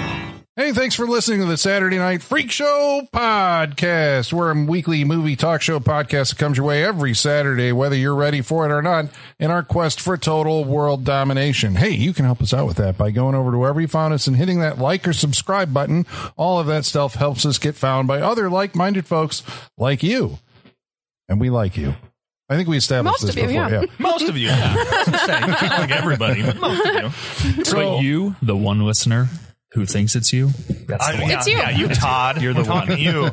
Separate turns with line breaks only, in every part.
Hey, thanks for listening to the Saturday Night Freak Show podcast. We're a weekly movie talk show podcast that comes your way every Saturday, whether you're ready for it or not, in our quest for total world domination. Hey, you can help us out with that by going over to wherever you found us and hitting that like or subscribe button. All of that stuff helps us get found by other like minded folks like you. And we like you. I think we established
Most
this
of you,
before.
yeah.
Most of you. Yeah. I was gonna say, not like everybody, but most of you.
So-
but you, the one listener who thinks it's you, that's
I-
the one.
yeah,
It's you.
Yeah, you, Todd. You're the one. You.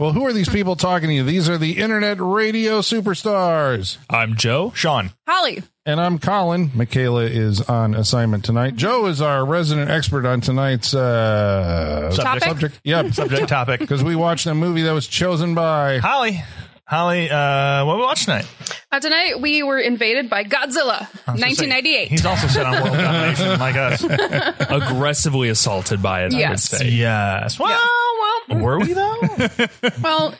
Well, who are these people talking to you? These are the internet radio superstars.
I'm Joe.
Sean.
Holly.
And I'm Colin. Michaela is on assignment tonight. Joe is our resident expert on tonight's uh,
Topic?
subject. Yep.
Subject topic.
Because we watched a movie that was chosen by.
Holly. Holly, uh, what we watch tonight?
Uh, tonight we were invaded by
Ah,
Godzilla, nineteen ninety eight.
He's also set on world domination like us.
Aggressively assaulted by it, I would
Yes.
say.
Yes. Well, well. Were we though?
Oh, Well,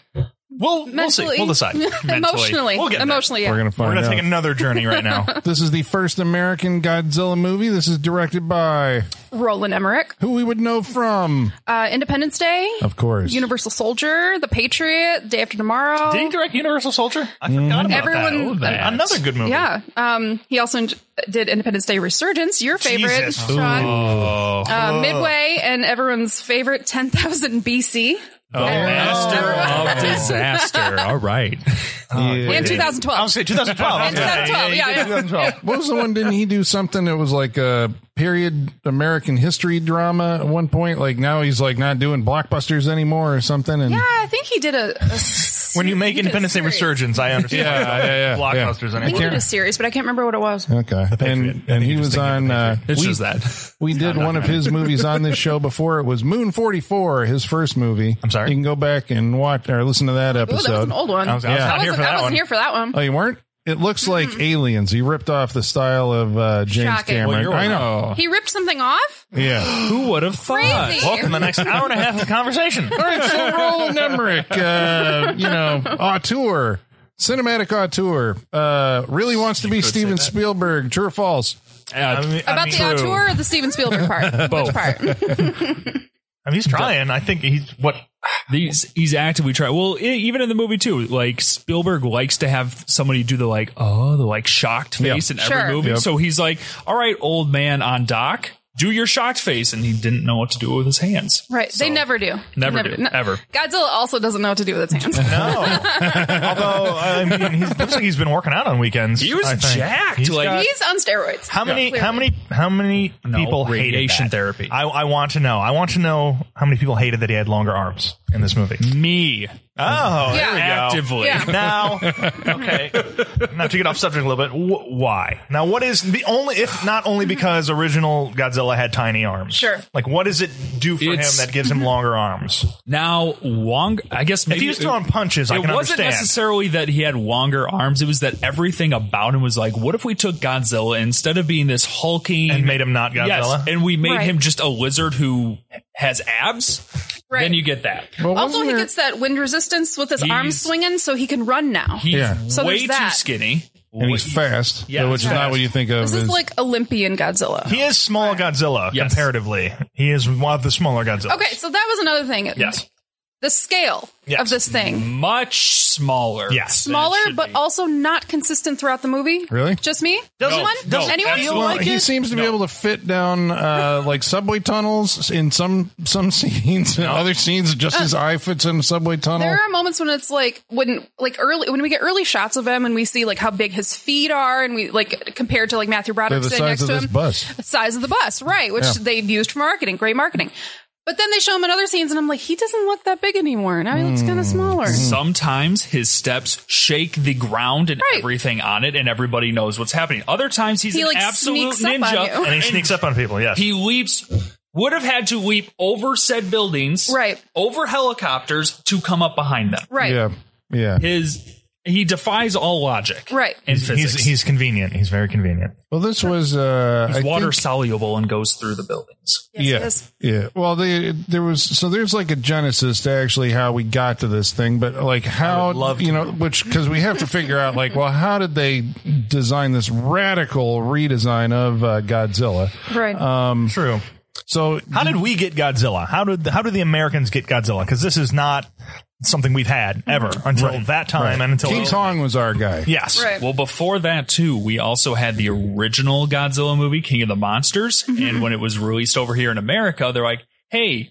We'll we'll see.
mentally,
We'll decide.
emotionally,
We'll get there.
emotionally, yeah.
We're going to
We're
find
gonna
out.
take another journey right now.
this is the first American Godzilla movie. This is directed by
Roland Emmerich,
who we would know from,
uh, Independence Day,
of course.
Universal Soldier, The Patriot, Day After Tomorrow.
Did he direct Universal Soldier? I forgot about
Everyone-
that.
that.
Another good movie.
Oh, yeah, um, he also in- did Independence Day Resurgence, your favorite,
Jesus.
Sean,
Oh,
uh, Midway, and everyone's favorite, ten thousand BC,
master
Everyone-
of disaster. All right.
Oh,
and two thousand
I was
twelve.
gonna say 2012. I was
And
gonna say,
2012,
he
yeah,
did
yeah.
2012.
what was the one? Didn't he do something that was like a period American history drama at one point? Like now he's like not doing blockbusters anymore or something. And
Yeah, I think he did a. a s-
When you make
he did a
Independence Day
series.
Resurgence, I understand.
Yeah, yeah, yeah, yeah.
Blockbusters
I think he
anymore.
did a series, but I can't remember what it was.
Okay.
Patriot.
And
I
and
think
he
you're just
was
thinking of
on
The
uh,
It's
we-
just that.
We did one of his movies on this show before. It was Moon 44, his first movie. I'm
sorry?
You can go back and watch or listen to that
Ooh,
episode.
that was an old one.
I was, I was
Yeah.
I
not here
wasn't,
for that
I wasn't
one.
here for that one.
oh, you weren't? It looks like Aliens. He ripped off the style of uh, James
Shocking. Well,
Cameron.
you're
I know.
He ripped something off?
Yeah.
Who would have thought?
Crazy.
Welcome to the next hour and a half of conversation.
All right, so Roland Emmerich, uh, you know, auteur, cinematic auteur, uh, really wants to be Steven Spielberg. True or false?
Uh,
I mean, I
About
mean,
the auteur or the Steven Spielberg part? Which part?
I mean, he's trying. I think he's what
These he's actively trying. Well, e- even in the movie too, like Spielberg likes to have somebody do the like oh the like shocked face
Yeah.
in every
Sure.
movie.
Yep.
So he's like, all right, old man on dock, do your shocked face, and he didn't know what to do with his hands.
Right. They never do.
Never do, ever.
Godzilla also doesn't know what to do with his hands.
no. Although I mean, he looks like he's been working out on weekends.
He was
I think.
jacked,
He's
like-
got-
He's on steroids.
how many?
Clearly.
How many? How many
No,
people hated
radiation
that?
therapy.
I, I want to know. I want to know how many people hated that he had longer arms in this movie. Oh,
Me
there we
actively.
go.
Yeah.
Now, okay. Now to get off subject a little bit, wh- why? Now, what is the only if not only because original Godzilla had tiny arms?
Sure.
Like, what does it do for
It's-
him that gives him longer arms?
Now Wong, I guess maybe
If he was throwing punches, I
it
can
wasn't
understand.
necessarily that he had longer arms. It was that everything about him was like, what if we took Godzilla instead of being this hulking
And made him not
Yes,
Godzilla?
and we made
Right.
him just a lizard who has abs.
Right.
Then you get that.
Well,
Also,
wasn't
he
there-
gets that wind resistance with his
He's-
arms swinging, so he can run now.
He's
Yeah.
So
way
there's that.
too skinny.
and he's fast,
Yeah,
which is
fast.
not what you think of.
this is
as-
like Olympian Godzilla.
He is small Godzilla
Yes.
comparatively. He is one of the smaller Godzilla.
okay, so that was another thing.
Yes.
The scale
Yes.
of this thing.
Much smaller.
Yes.
Smaller,
should
but
be.
also not consistent throughout the movie.
Really?
Just me?
Doesn't-
Anyone?
no, doesn't
Anyone?
feel
Well,
like
he seems to be able to fit down uh, like subway tunnels in some some scenes. In other scenes, just his eye fits in a subway tunnel.
Uh. There are moments when it's like when like early when we get early shots of him and we see like how big his feet are and we like compared to like Matthew
They're
Broderick
the
sitting
size
next
of
to
this
him.
bus.
The size of the bus, right? Which
Yeah.
they've used for marketing, great marketing. But then they show him in other scenes and I'm like, he doesn't look that big anymore. Now he looks
Hmm.
kind of smaller.
Sometimes his steps shake the ground and
Right.
everything on it, and everybody knows what's happening. Other times he's
He,
an
like,
absolute
sneaks up on
ninja,
you.
And he sneaks up on people. Yes.
He leaps. Would have had to leap over said buildings,
Right.
Over helicopters to come up behind them.
Right.
Yeah, yeah.
His he defies all logic,
Right.
And physics.
He's, he's convenient. He's very convenient.
Well, this was uh, I
He's water
think-
soluble and goes through the buildings.
yeah, yeah. Well, they, there was so there's like a genesis to actually how we got to this thing, but like how
would love to
you know, which because we have to figure out like, well, how did they design this radical redesign of uh, Godzilla?
Right.
Um,
True.
So
How did we get Godzilla? How did how did the Americans get Godzilla? Because this is not something we've had ever until that time and until
King Kong was our guy.
Yes.
Mm-hmm. right.
Well, before that too, we also had the original Godzilla movie, King of the Monsters,
Mm-hmm.
and when it was released over here in America, they're like, "Hey,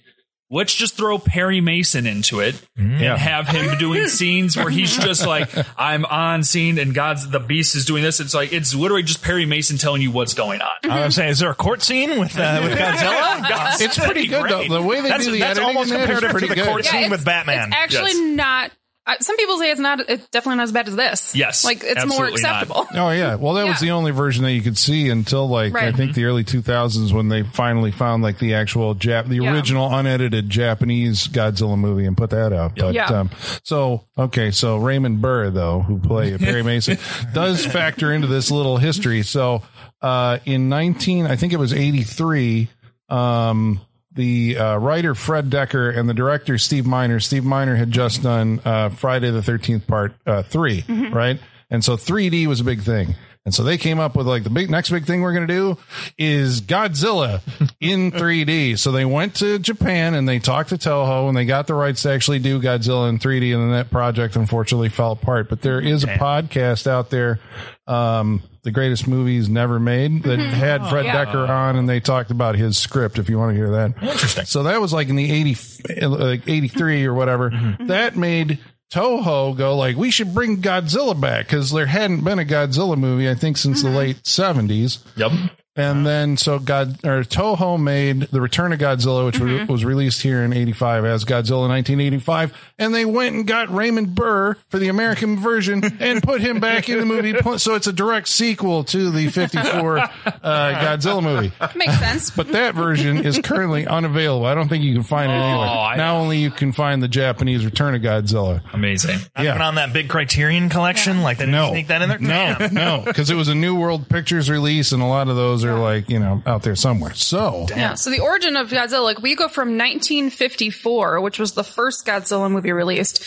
let's just throw Perry Mason into it and have him doing scenes where he's just like, I'm on scene and God's the beast is doing this." It's like it's literally just Perry Mason telling you what's going on.
I was Uh, saying, is there a court scene with uh, with Godzilla?
It's pretty good though.
Great.
The way they
that's,
do the
that's
editing in
almost
that is
comparative to
pretty
the
good.
court
Yeah,
scene
it's-
with Batman.
It's actually not. I- Some people say it's not. It's definitely not as bad as this.
Yes,
like it's more
absolutely not.
acceptable.
Oh yeah. Well, that was
Yeah.
the only version that you could see until like I
Right.
think the early 2000s when they finally found like the actual Jap, the
Yeah.
original unedited Japanese Godzilla movie and put that out. But
Yeah.
um, so okay, so Raymond Burr though, who played Perry Mason, does factor into this little history. So uh, in 19, I think it was 83. Um, the uh, writer Fred Decker and the director Steve Miner. Steve Miner had just done uh, Friday the Thirteenth Part uh, 3
Mm-hmm.
right? And so 3D was a big thing. And so they came up with like the big next big thing we're going to do is Godzilla in 3D. So they went to Japan and they talked to Toho and they got the rights to actually do Godzilla in 3D. And then that project unfortunately fell apart. But there is a podcast out there, um, the greatest movies never made that had Fred
Yeah.
Decker on and they talked about his script. If you want to hear that,
Interesting.
So that was like in the 80, like 83 or whatever. That made Toho go like, we should bring Godzilla back because there hadn't been a Godzilla movie, I think, since the late 70s.
Yep.
And then so God or Toho made the Return of Godzilla, which was- was released here in '85 as Godzilla 1985, and they went and got Raymond Burr for the American version and put him back in the movie. So it's a direct sequel to the '54 uh, Godzilla movie.
Makes sense.
But that version is currently unavailable. I don't think you can find it anywhere.
Oh, I-
now only you can find the Japanese Return of Godzilla.
Amazing.
yeah.
Even on that big Criterion collection, like they didn't
No.
sneak that in there. No,
No, because it was a New World Pictures release, and a lot of those are like you know out there somewhere. So
Yeah. So the origin of Godzilla, like we go from 1954, which was the first Godzilla movie released.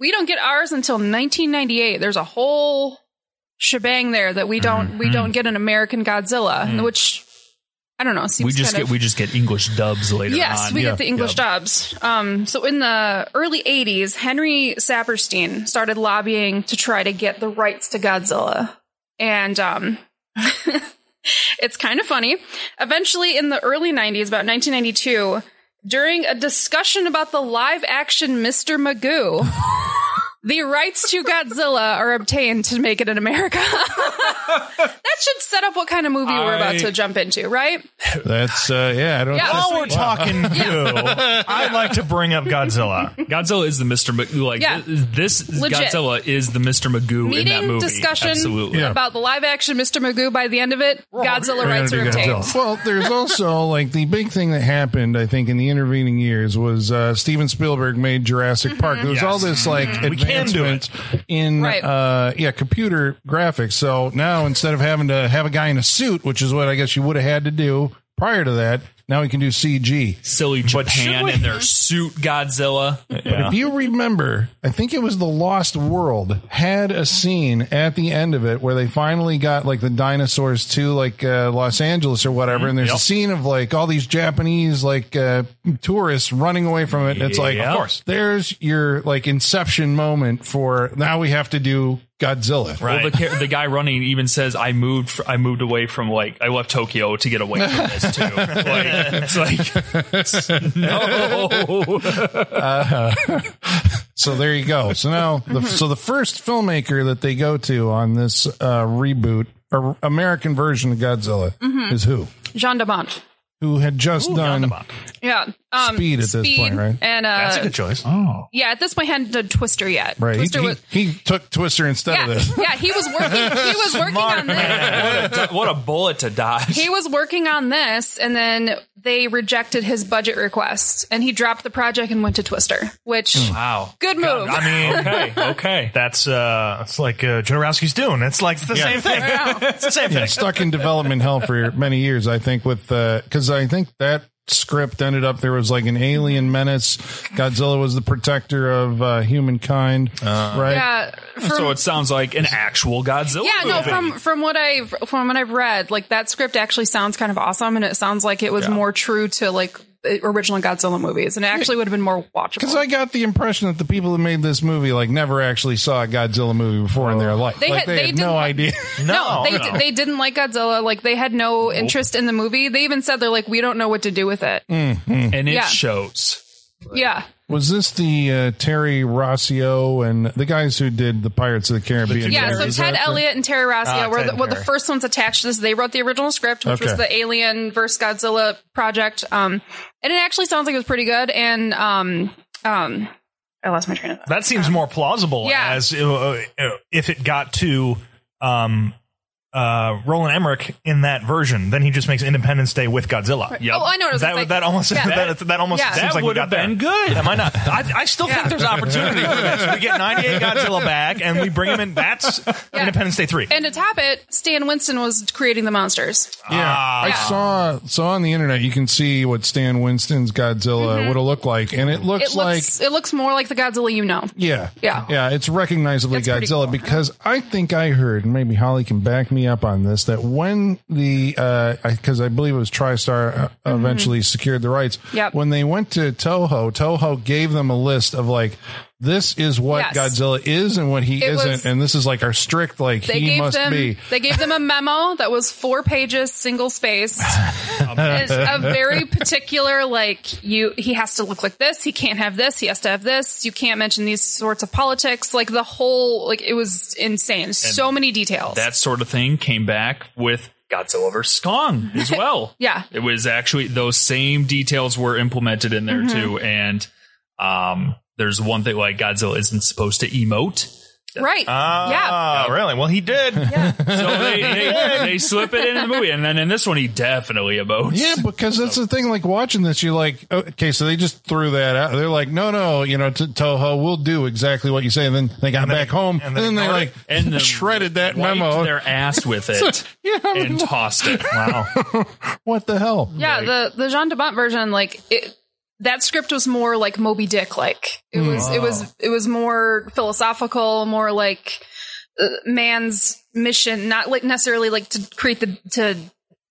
We don't get ours until 1998. There's a whole shebang there that we don't
Mm-hmm.
we don't get an American Godzilla, which I don't know. Seems
Mm. We just
kind
get
of,
we just get English dubs later
Yes,
on.
we get the English dubs. Um, so in the early 80s, Henry Saperstein started lobbying to try to get the rights to Godzilla. And um, it's kind of funny. Eventually, in the early 90s, about 1992, during a discussion about the live action Mr. Magoo, the rights to Godzilla are obtained to make it in America. that should set up what kind of movie we're about
I-
to jump into, right?
that's uh, yeah. I don't.
Yeah.
While Oh, we're talking you, I'd like to bring up Godzilla.
Godzilla is the Mr. Magoo. Like
Yeah.
this, this
Legit.
Godzilla is the Mr. Magoo in that
meeting
movie.
discussion
Absolutely.
about the live action Mr. Magoo by the end of it, Godzilla rights are obtained.
Well, there's also like the big thing that happened, I think, in the intervening years was uh, Steven Spielberg made Jurassic Park. There was all this like
Mm-hmm. can do
advancement in
Right.
uh, yeah computer graphics. So now instead of having to have a guy in a suit, which is what I guess you would have had to do prior to that, now we can do CG.
Silly
should
Japan
we-
in their suit Godzilla.
If you remember, I think it was The Lost World had a scene at the end of it where they finally got like the dinosaurs to like uh, Los Angeles or whatever, and there's a scene of like all these Japanese like uh, tourists running away from it. And it's like,
Yeah. Of course.
there's your like inception moment for now we have to do Godzilla.
Well, the, ca- the guy running even says, "I moved. Fr- I moved away from like I left Tokyo to get away from this too." like, it's like no.
So there you go. So now, the, so the first filmmaker that they go to on this uh, reboot or American version of Godzilla is who?
Jean DeMont.
Who had just done.
Yeah. Um,
Speed at this point, right? Oh.
And uh,
That's a good choice.
yeah, at this point, hadn't done Twister yet.
Right. He,
Twister
he-
was.
he took Twister instead
Yeah,
of this.
yeah, he was working. He was working on this.
what a bullet to dodge.
He was working on this, and then they rejected his budget request and he dropped the project and went to Twister, which
Hmm. Wow.
good move.
I mean,
Okay. Okay.
that's uh, that's like uh, Jodorowsky's Dune. It's like the same thing. it's the same
yeah,
thing.
stuck in development hell for many years. I think with because I think that script ended up there was like an alien menace. Godzilla was the protector of uh, humankind, right?
yeah, from,
so it sounds like an actual Godzilla.
yeah, no.
movie.
From from what I've from what I've read, like that script actually sounds kind of awesome, and it sounds like it was more true to like the original Godzilla movies, and it actually would have been more watchable.
Because I got the impression that the people that made this movie like never actually saw a Godzilla movie before in their life.
They
like
had-
they,
they
had
didn't
no
like-
idea.
no,
No,
they
no.
they didn't like Godzilla. Like they had no interest in the movie. They even said they're like, we don't know what to do with it.
Mm.
and it
yeah.
shows.
Yeah,
was this the uh, Terry Rossio and the guys who did the Pirates of the Caribbean?
yeah. So
movies,
Ted
right?
Elliott and Terry Rossio
Ah,
were,
Ted
the,
and
were the
Terry.
first ones attached to this. They wrote the original script, which was
Okay.
the Alien versus Godzilla project. Um, and it actually sounds like it was pretty good. And um, um, I lost my train of thought.
That seems more plausible
Yeah.
as uh, uh, if it got to um, uh, Roland Emmerich in that version, then he just makes Independence Day with Godzilla. Yeah,
Oh, I know what it was
that
like.
that almost
Yeah.
that, that almost
Yeah.
seems
That
like we
would
got
have
there.
been good.
Am I not? I, I still
Yeah.
think there's opportunity for this. We get 98 Godzilla back, and we bring him in. That's Independence Day three.
And to top it, Stan Winston was creating the monsters.
Yeah, I
Yeah.
saw saw on the internet. You can see what Stan Winston's Godzilla would have looked like, and it looks
Mm-hmm. It
like
looks it looks more like the Godzilla you know.
yeah,
Yeah.
yeah. It's recognizably
It's pretty
Godzilla
cool.
because I think I heard, and maybe Holly can back me up on this, that when the because I believe it was TriStar uh, eventually secured the rights.
Mm-hmm. Yep.
When they went to Toho, Toho gave them a list of like. This is what
Yes.
Godzilla is and what he
It was-
isn't, and this is like our strict like
They
he
gave
must
them
be.
they gave them a memo that was four pages, single spaced. it's a very particular like you he has to look like this, he can't have this, he has to have this, you can't mention these sorts of politics. Like the whole like it was insane. so many details.
That sort of thing came back with Godzilla vs Kong as well.
Yeah.
it was actually those same details were implemented in there too. And um, there's one thing like Godzilla isn't supposed to emote.
right. yeah.
Ah, really? Well, he did.
So they, they, they slip it into the movie, and then in this one he definitely emotes.
Yeah, because that's the thing. Like watching this, you're like, okay, so they just threw that out. They're like, no, no, you know, to Toho, we'll do exactly what you say. And then they got back home, and
they
then, they
ignored
like
it.
And then
shredded that
wiped
memo.
their ass with it
yeah, I mean,
and tossed it.
Wow.
what the hell?
Yeah, the the Jean de Bont version, like it, that script was more like Moby Dick, like it was it was it was more philosophical, more like uh, man's mission, not like necessarily like to create the to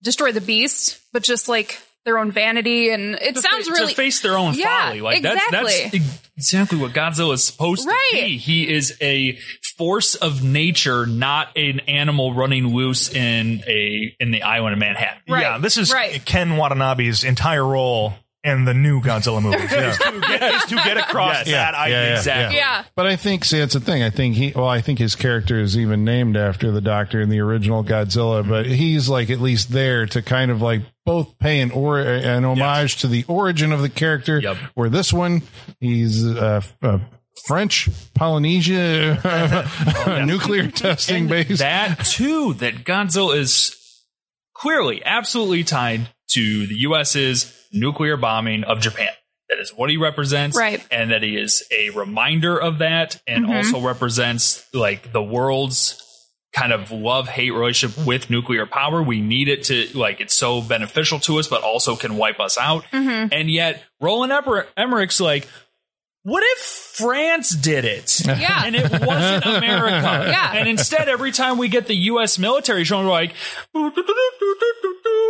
destroy the beast, but just like their own vanity, and it
To
sounds
fa-
really
to face their own
Yeah,
folly. Like that's
exactly.
that's exactly what Godzilla is supposed to
Right.
be. He is a force of nature, not an animal running loose in a in the island of Manhattan.
Right,
Yeah, this is
right.
Ken Watanabe's entire role in the new Godzilla movies. Is to get, is to get across
Yes.
that idea.
Exactly.
yeah.
But I think, see, that's the thing. I think he, well, I think his character is even named after the doctor in the original Godzilla, but he's like at least there to kind of like both pay an or an homage to the origin of the character.
Yep.
Where this one, he's uh, uh, French Polynesia nuclear testing base.
Oh, That too, that Godzilla is clearly absolutely tied to the US's nuclear bombing of Japan. That is what he represents.
Right.
And that he is a reminder of that and also represents like the world's kind of love hate relationship with nuclear power. We need it to like it's so beneficial to us, but also can wipe us out. And yet Roland Emmer- Emmerich's like, what if France did it?
Yeah.
And it wasn't America.
Yeah.
And instead, every time we get the U.S. military showing, we're like,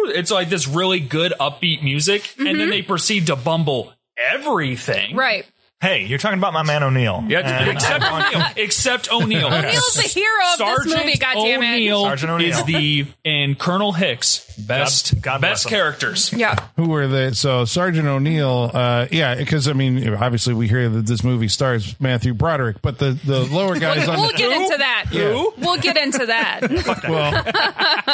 it's like this really good upbeat music. And then they proceed to bumble everything.
Mm-hmm. right.
Hey, you're talking about my man O'Neill.
Yeah,
And-
except O'Neill. Except O'Neill.
O'Neill's the hero of this
Sergeant
movie. Goddamn it.
O'Neill
Sergeant O'Neill.
is the and Colonel Hicks best
God- God bless
best
him.
characters.
Yeah,
Who were they? So Sergeant O'Neill, uh, yeah, because I mean, obviously we hear that this movie stars Matthew Broderick, but the, the lower guys on
we'll
the,
get into that. We'll get into that.
Well,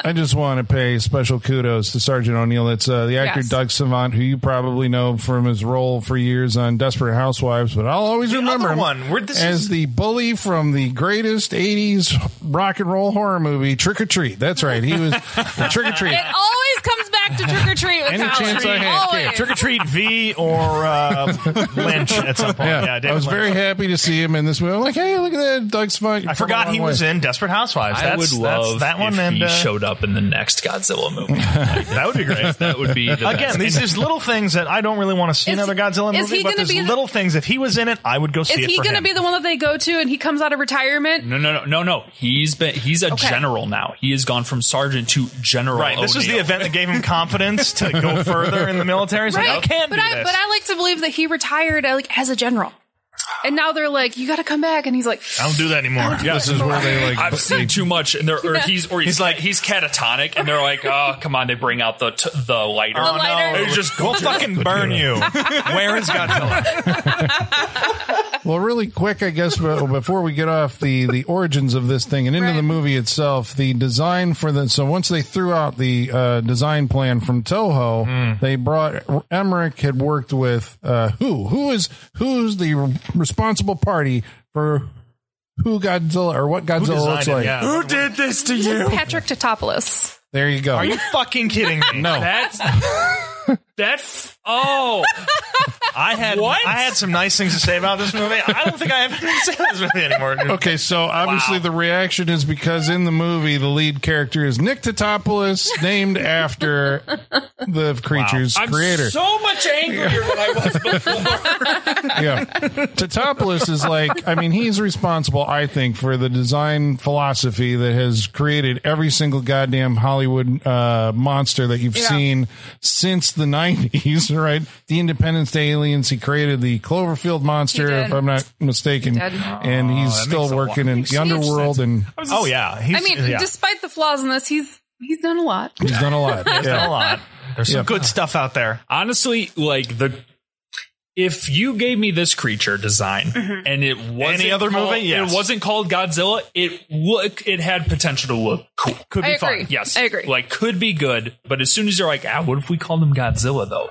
I just want to pay special kudos to Sergeant O'Neill. It's uh, the actor
Yes.
Doug Savant, who you probably know from his role for years on Desperate Housewives, but I'll always remember
other
him
one. Where this
as the bully from the greatest '80s rock and roll horror movie, Trick or Treat. That's right, he was Trick or Treat.
it always comes back
back to trick or treat with
Any
Colin.
chance I had.
Always.
Trick or treat V or uh, Lynch at some point. Yeah,
Yeah,
David
I was
Lynch.
very happy to see him in this movie. I'm like, hey, look at that, Doug's fucking.
I forgot he was in Desperate Housewives.
I
That's,
would love
that's that one,
if
and
he
uh,
showed up in the next Godzilla movie.
that would be great.
that would be the
Again,
best.
these just little things that I don't really want to see
Is-
another Godzilla
is he
movie, but
gonna
there's
be the-
little things. If he was in it, I would go see
Is
it
he
for
going to
him.
be the one that they go to and he comes out of retirement?
No, no, no, no, no. He's been he's a
Okay.
general now. He has gone from sergeant to general.
Right, this is the
O'Neill.
event that gave him confidence to go further in the military. He's like, I can't
but
do
I
this.
but I like to believe that he retired uh, like as a general. And now they're like, you got to come back, and he's like,
I don't do that anymore.
Yeah, this is where they like.
I've seen too much, and they're or he's or he's,
He's like-
like he's catatonic, and they're like, oh come on, they bring out the t- the lighter.
The lighter.
It's just
we'll fucking burn you. Where is Godzilla?
Well, really quick, I guess, but before we get off the the origins of this thing and into
Right.
the movie itself, the design for the so once they threw out the uh, design plan from Toho, they brought Emmerich had worked with uh, who who is who's the responsible party for who Godzilla or what Godzilla looks like.
Who did?
Patrick Totopoulos.
There you go.
Are you fucking kidding me?
no,
That's that's oh
I had
What?
I had some nice things to say about this movie. I don't think I have anything to say about this movie anymore. dude.
Okay, so obviously the reaction is because in the movie the lead character is Nick Totopoulos, named after the creature's
I'm
creator.
so much angrier than I was before.
yeah, Totopoulos is like, I mean, he's responsible, I think, for the design philosophy that has created every single goddamn Hollywood uh, monster that you've seen since the '90s. Right, the Independence Day aliens. He created the Cloverfield monster,
He did.
if I'm not mistaken,
did.
and he's still working in the underworld and.
Oh yeah, he's,
I mean,
yeah.
despite the flaws in this, he's he's done a lot.
He's done a lot. Yeah.
a lot. There's some
Yeah.
good stuff out there.
Honestly, like the. If you gave me this creature design
Mm-hmm.
and it wasn't
Any other
called-
movie? Yes.
it wasn't called Godzilla, it look it had potential to look cool.
Could
I
be
agree.
fun.
Yes,
I agree.
Like could be good, but as soon as you're like, ah, what if we called him Godzilla though?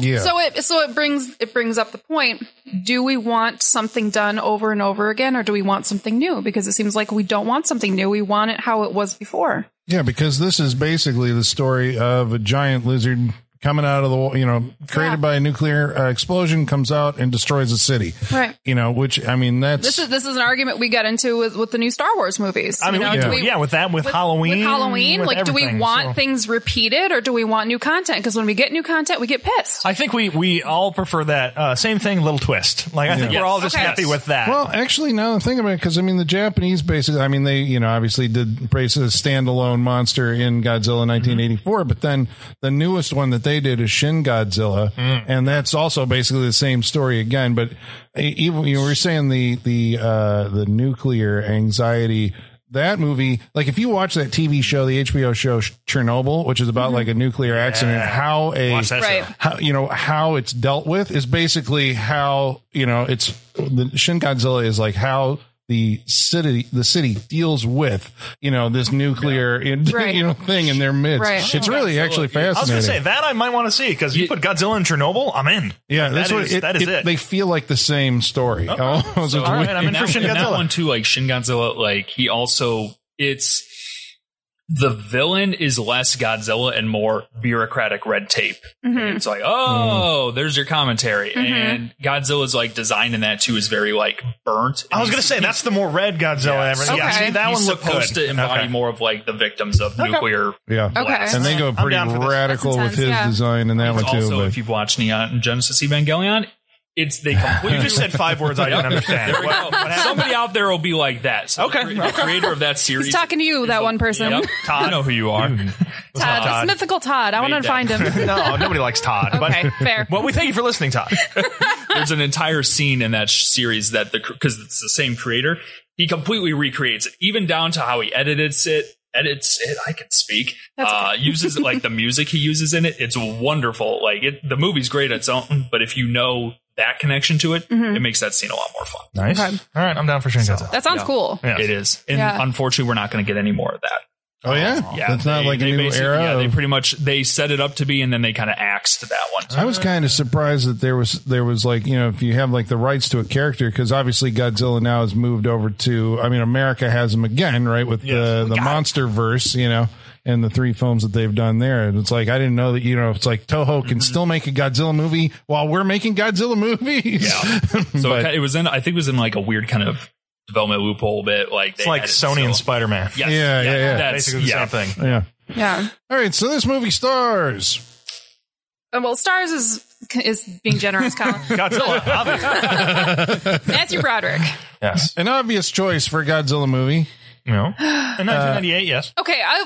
Yeah.
So it so it brings it brings up the point: Do we want something done over and over again, or do we want something new? Because it seems like we don't want something new; we want it how it was before.
Yeah, because this is basically the story of a giant lizard coming out of the wa- you know created
Yeah.
by a nuclear uh, explosion comes out and destroys a city.
Right.
You know, which I mean that's
This is this is an argument we got into with, with the new Star Wars movies.
I mean,
you know,
we-
do
yeah. with that, with, Halloween,
With Halloween,
with
like, do we
everything,
want
so.
things repeated, or do we want new content? Because when we get new content, we get pissed.
I think we we all prefer that uh, same thing, little twist. Like I think
Yes.
we're all just
Okay.
happy with that.
well, actually, now that I'm thinking about it, because I mean, the Japanese basically, I mean, they, you know, obviously did brace a standalone monster in Godzilla
Mm-hmm.
1984, but then the newest one that they did is Shin Godzilla,
Mm.
and that's also basically the same story again. But e- even you were saying the the uh, the nuclear anxiety. That movie, like if you watch that TV show, the HBO show Chernobyl, which is about like a nuclear accident, how a
Mm-hmm. Watch that
Right.
show.
how you know how it's dealt with is basically how you know it's the Shin Godzilla is like how the city the city deals with you know this nuclear
Right.
you know thing in their midst.
Right.
It's really actually
Oh, I was
fascinating.
gonna say that I might want to see because you put Godzilla in Chernobyl, I'm in.
yeah,
That
that's what
is-
it,
that is it.
They feel like the same story. Oh, so it's
all right,
weird.
I'm
And
in for
that-
Shin
and that
Godzilla.
one too, like Shin Godzilla, like he also it's the villain is less Godzilla and more bureaucratic red tape. And
Mm-hmm.
it's like, oh, there's your commentary. And Godzilla's like design in that too is very like burnt.
I was
And
gonna say that's the more red Godzilla. and everything. Yeah,
Okay.
see, that
he's
one looked
supposed
good.
to embody
Okay.
more of like the victims of nuclear.
yeah.
Okay.
And they go
I'm
pretty
down for this.
radical
That's
with his
intense, yeah.
design and that one
It's
too.
also,
but-
if you've watched Neon Genesis Evangelion, it's they completely
You just said five words I didn't understand.
There we
What-
go.
what happened?
Somebody out there will be like that. So
Okay.
the, cre- the creator of that series.
He's talking to you, that one person,
Yep. Todd, I know who you are.
Todd, this
Todd.
mythical Todd. I want
Made
to
that.
find him.
No, nobody likes Todd.
Okay,
But
fair.
well, we thank you for listening, Todd.
There's an entire scene in that sh- series that the because it's the same creator, he completely recreates it, even down to how he edits it. Edits it. I can speak. Uh, uses like the music he uses in it. It's wonderful. Like it, the movie's great on its own, but if you know that connection to it, it makes that scene a lot more fun.
Nice. All right, I'm down for Shin Godzilla.
That sounds cool.
Yes.
It is, and
Yeah.
unfortunately, we're not going to get any more of that.
oh yeah,
Yeah,
that's not
they-
like a
they
new
basically-
era.
Yeah, they
of-
pretty much they set it up to be, and then they kind of axed that one.
I was kind of surprised that there was there was like you know if you have like the rights to a character because obviously Godzilla now has moved over to I mean America has him again right with the the monster verse you know and the three films that they've done there. And it's like, I didn't know that, you know, it's like Toho
Mm-hmm.
can still make a Godzilla movie while we're making Godzilla movies.
Yeah. So
But-
it, it was in, I think it was in like a weird kind of development loophole bit. Like they
It's like
had it
Sony and
still-
Spider Man.
Yes,
Yeah, yeah, yeah.
That's
Basically the
yeah.
same thing.
yeah.
Yeah.
All right. So this movie stars
Uh, Well, stars is is being generous, Colin.
Godzilla, obviously.
Matthew Broderick.
Yes.
an obvious choice for a Godzilla movie.
No.
Uh,
In 1998, yes.
Okay, I,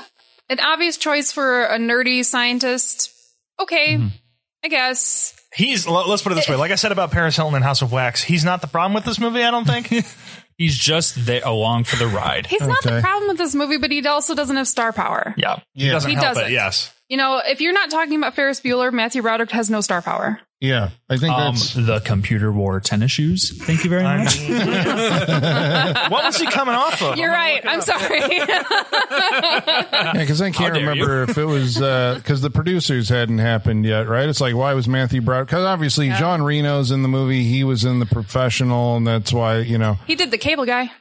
an obvious choice for a nerdy scientist. Okay,
Mm-hmm.
I guess.
He's, l- let's put it this way. Like I said about Paris Hilton and House of Wax, he's not the problem with this movie, I don't think.
He's just there along for the ride.
He's not the
Okay.
problem with this movie, but he also doesn't have star power.
Yeah.
He doesn't
He
help
doesn't.
it, yes.
You know, if you're not talking about Ferris Bueller, Matthew Broderick has no star power.
Yeah. I think
Um,
that's.
the computer wore tennis shoes. Thank you very
I
much.
mean, what was he coming off of?
You're right. I'm sorry.
Yeah, because I can't
dare
remember if it was because the producers hadn't happened yet, right? It's like why was Matthew Brown? Because obviously John Reno's in the movie; he was in the professional, and that's why you know
he did the cable guy.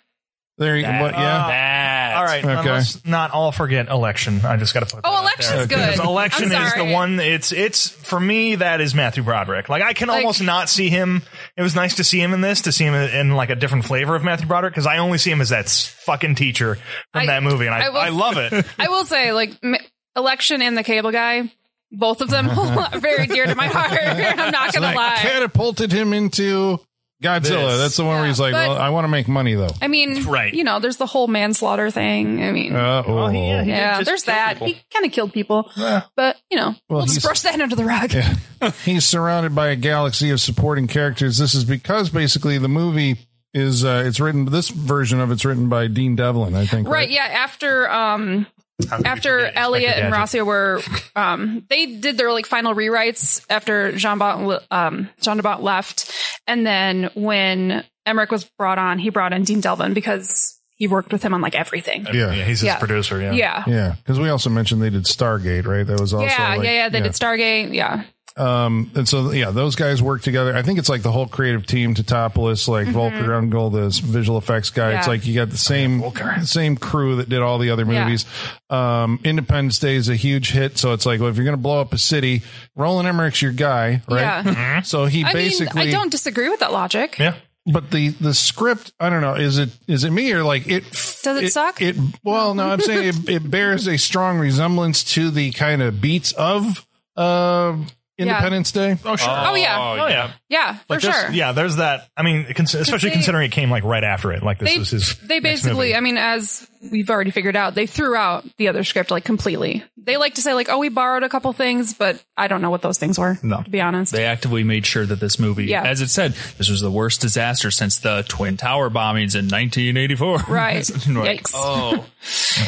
there. you
That-
what, yeah,
that.
All right,
Okay.
let's not all forget election. I just got to put.
Oh,
that out there.
election's good.
'Cause election
I'm
is the
sorry.
one. It's it's for me that is Matthew Broderick. Like I can
Like-
almost not see him. It was nice to see him in this, to see him in, in, like a different flavor of Matthew Broderick, because I only see him as that s- fucking teacher from
I-
that movie, and I,
I
I,
will-
love it.
I will say, like m- election and the cable guy, both of them are very dear to my heart. I'm not gonna
Like,
lie.
catapulted him into Godzilla.
This.
That's the one where
Yeah,
he's like,
but-
"Well, I want to make money though."
I mean,
Right.
You know, there's the whole manslaughter thing. I mean,
Uh oh,
yeah, he-
yeah,
just
there's
kill
that.
people.
He kind of killed people, but you know, we'll, just
he's-
brush that under the rug.
he's surrounded by a galaxy of supporting characters. This is because basically the movie is uh, it's written. This version of it's written by Dean Devlin, I think.
Right? Yeah. After um, after Elliot and Rossio were um, they did their like final rewrites after Jean Bot um, Jean de Bont left, and then when Emmerich was brought on, he brought in Dean Delvin because he worked with him on like everything.
Yeah.
yeah, he's his
Yeah.
producer. Yeah,
Yeah. Yeah.
Yeah, because we also mentioned they did Stargate, right? That was also
Yeah,
like-
yeah, They did Stargate. Yeah.
Um, and so yeah, those guys work together. I think it's like the whole creative team: Totopoulos, like Volker Ungol, the visual effects guy. It's
Mm-hmm. Yeah.
like you got the same same crew that did all the other
Yeah.
movies. Um, Independence Day is a huge hit, so it's like well, if you're going to blow up a city, Roland Emmerich's your guy, right?
Yeah.
So he
I mean,
basically
I don't disagree with that logic.
yeah.
but the the script i don't know is it is it me or like it
Does it suck?
it well no i'm saying it, it bears a strong resemblance to the kind of beats of uh independence day
Oh sure.
Oh yeah.
Oh yeah.
Yeah, for
Like, there's-
sure.
Yeah, there's that. I mean, cons- especially
they-
considering it came like right after it. Like this
They,
was his.
they
next
basically,
movie.
I mean, as we've already figured out, they threw out the other script like completely. They like to say like, oh, we borrowed a couple things, but I don't know what those things were.
No.
to be honest.
They actively made sure that this movie,
Yeah.
as it said, this was the worst disaster since the Twin Tower bombings in 1984.
Right.
Like,
Yikes.
Oh,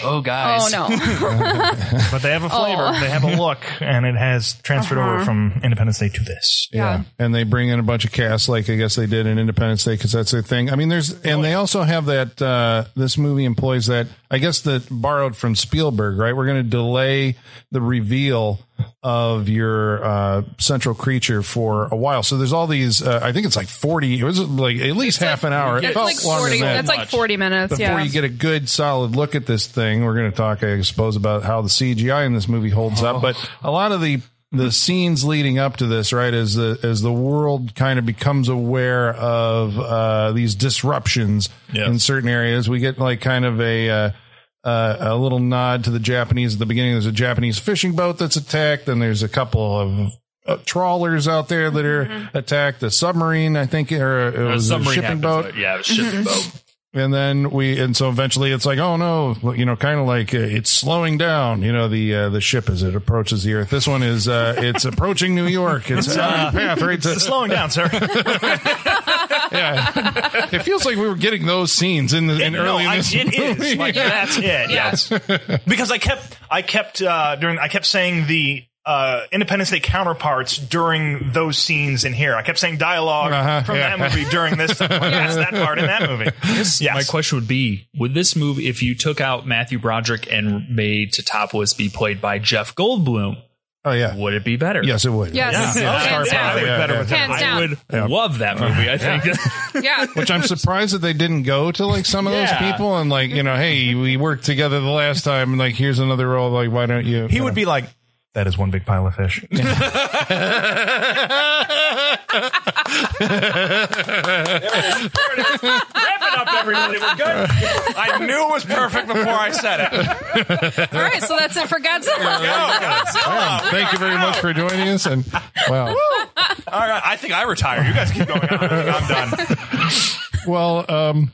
oh, guys.
oh no.
but they have a flavor,
Oh.
they have a look, and it has transferred
Uh-huh.
over from Independence Day to this.
yeah.
and they bring in a bunch of cast like i guess they did in independence day because that's their thing i mean there's and they also have that uh this movie employs that i guess that borrowed from spielberg right we're going to delay the reveal of your uh central creature for a while so there's all these uh, i think it's like 40 it was like at least half an hour it
It's
felt
like
longer
forty.
than that
That's like forty minutes.
before
yeah.
you get a good solid look at this thing we're going to talk i suppose about how the cgi in this movie holds
Oh.
up but a lot of the the scenes leading up to this right as the as the world kind of becomes aware of uh these disruptions
Yeah.
in certain areas we get like kind of a uh uh, a little nod to the Japanese at the beginning. There's a Japanese fishing boat that's attacked, and there's a couple of uh, trawlers out there that are attacked. A submarine, I think, or it
A
was a
submarine
shipping
happens,
boat.
but Yeah, it was a shipping boat.
And then we, and so eventually it's like, oh no, well, you know, kind of like uh, it's slowing down. You know, the uh, the ship as it approaches the Earth. This one is uh, it's approaching New York. It's on the path right
uh, It's
to.
slowing down, sir.
Yeah. It feels like we were getting those scenes in the in
no,
early
I,
in this
it is.
movie.
Like that's it. Yes. because I kept I kept uh during I kept saying the uh Independence Day counterparts during those scenes in here. I kept saying dialog
Uh-huh,
from
yeah.
that movie during this stuff. Like, That's that part in that movie. Yes.
My question would be: Would this movie, if you took out Matthew Broderick and made Totopoulos be played by Jeff Goldblum,
Oh yeah.
would it be better?
Yes, it would.
Yes.
Yeah.
Yeah.
Hands
Star Power
down.
would be better with
Hands
that.
down.
I would
Yeah.
love that movie. I think.
Yeah.
Which I'm surprised that they didn't go to like some of those
Yeah.
people and like, you know, hey, we worked together the last time and like here's another role, like why don't you
He would be like, that is one big pile of fish. there Wrap it up, everybody. We're good. I knew it was perfect before I said it.
All right. So that's it for Godzilla.
Thank you very much for joining us and wow.
All right, I think I retire. You guys keep going. on. I'm done.
Well, um,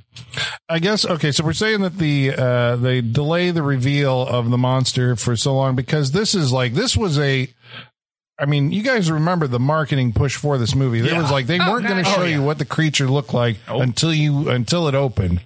I guess okay. So we're saying that the uh, they delay the reveal of the monster for so long because this is like this was a. I mean, you guys remember the marketing push for this movie? It was like they weren't going to
God.
show you what the creature looked like until you until it opened,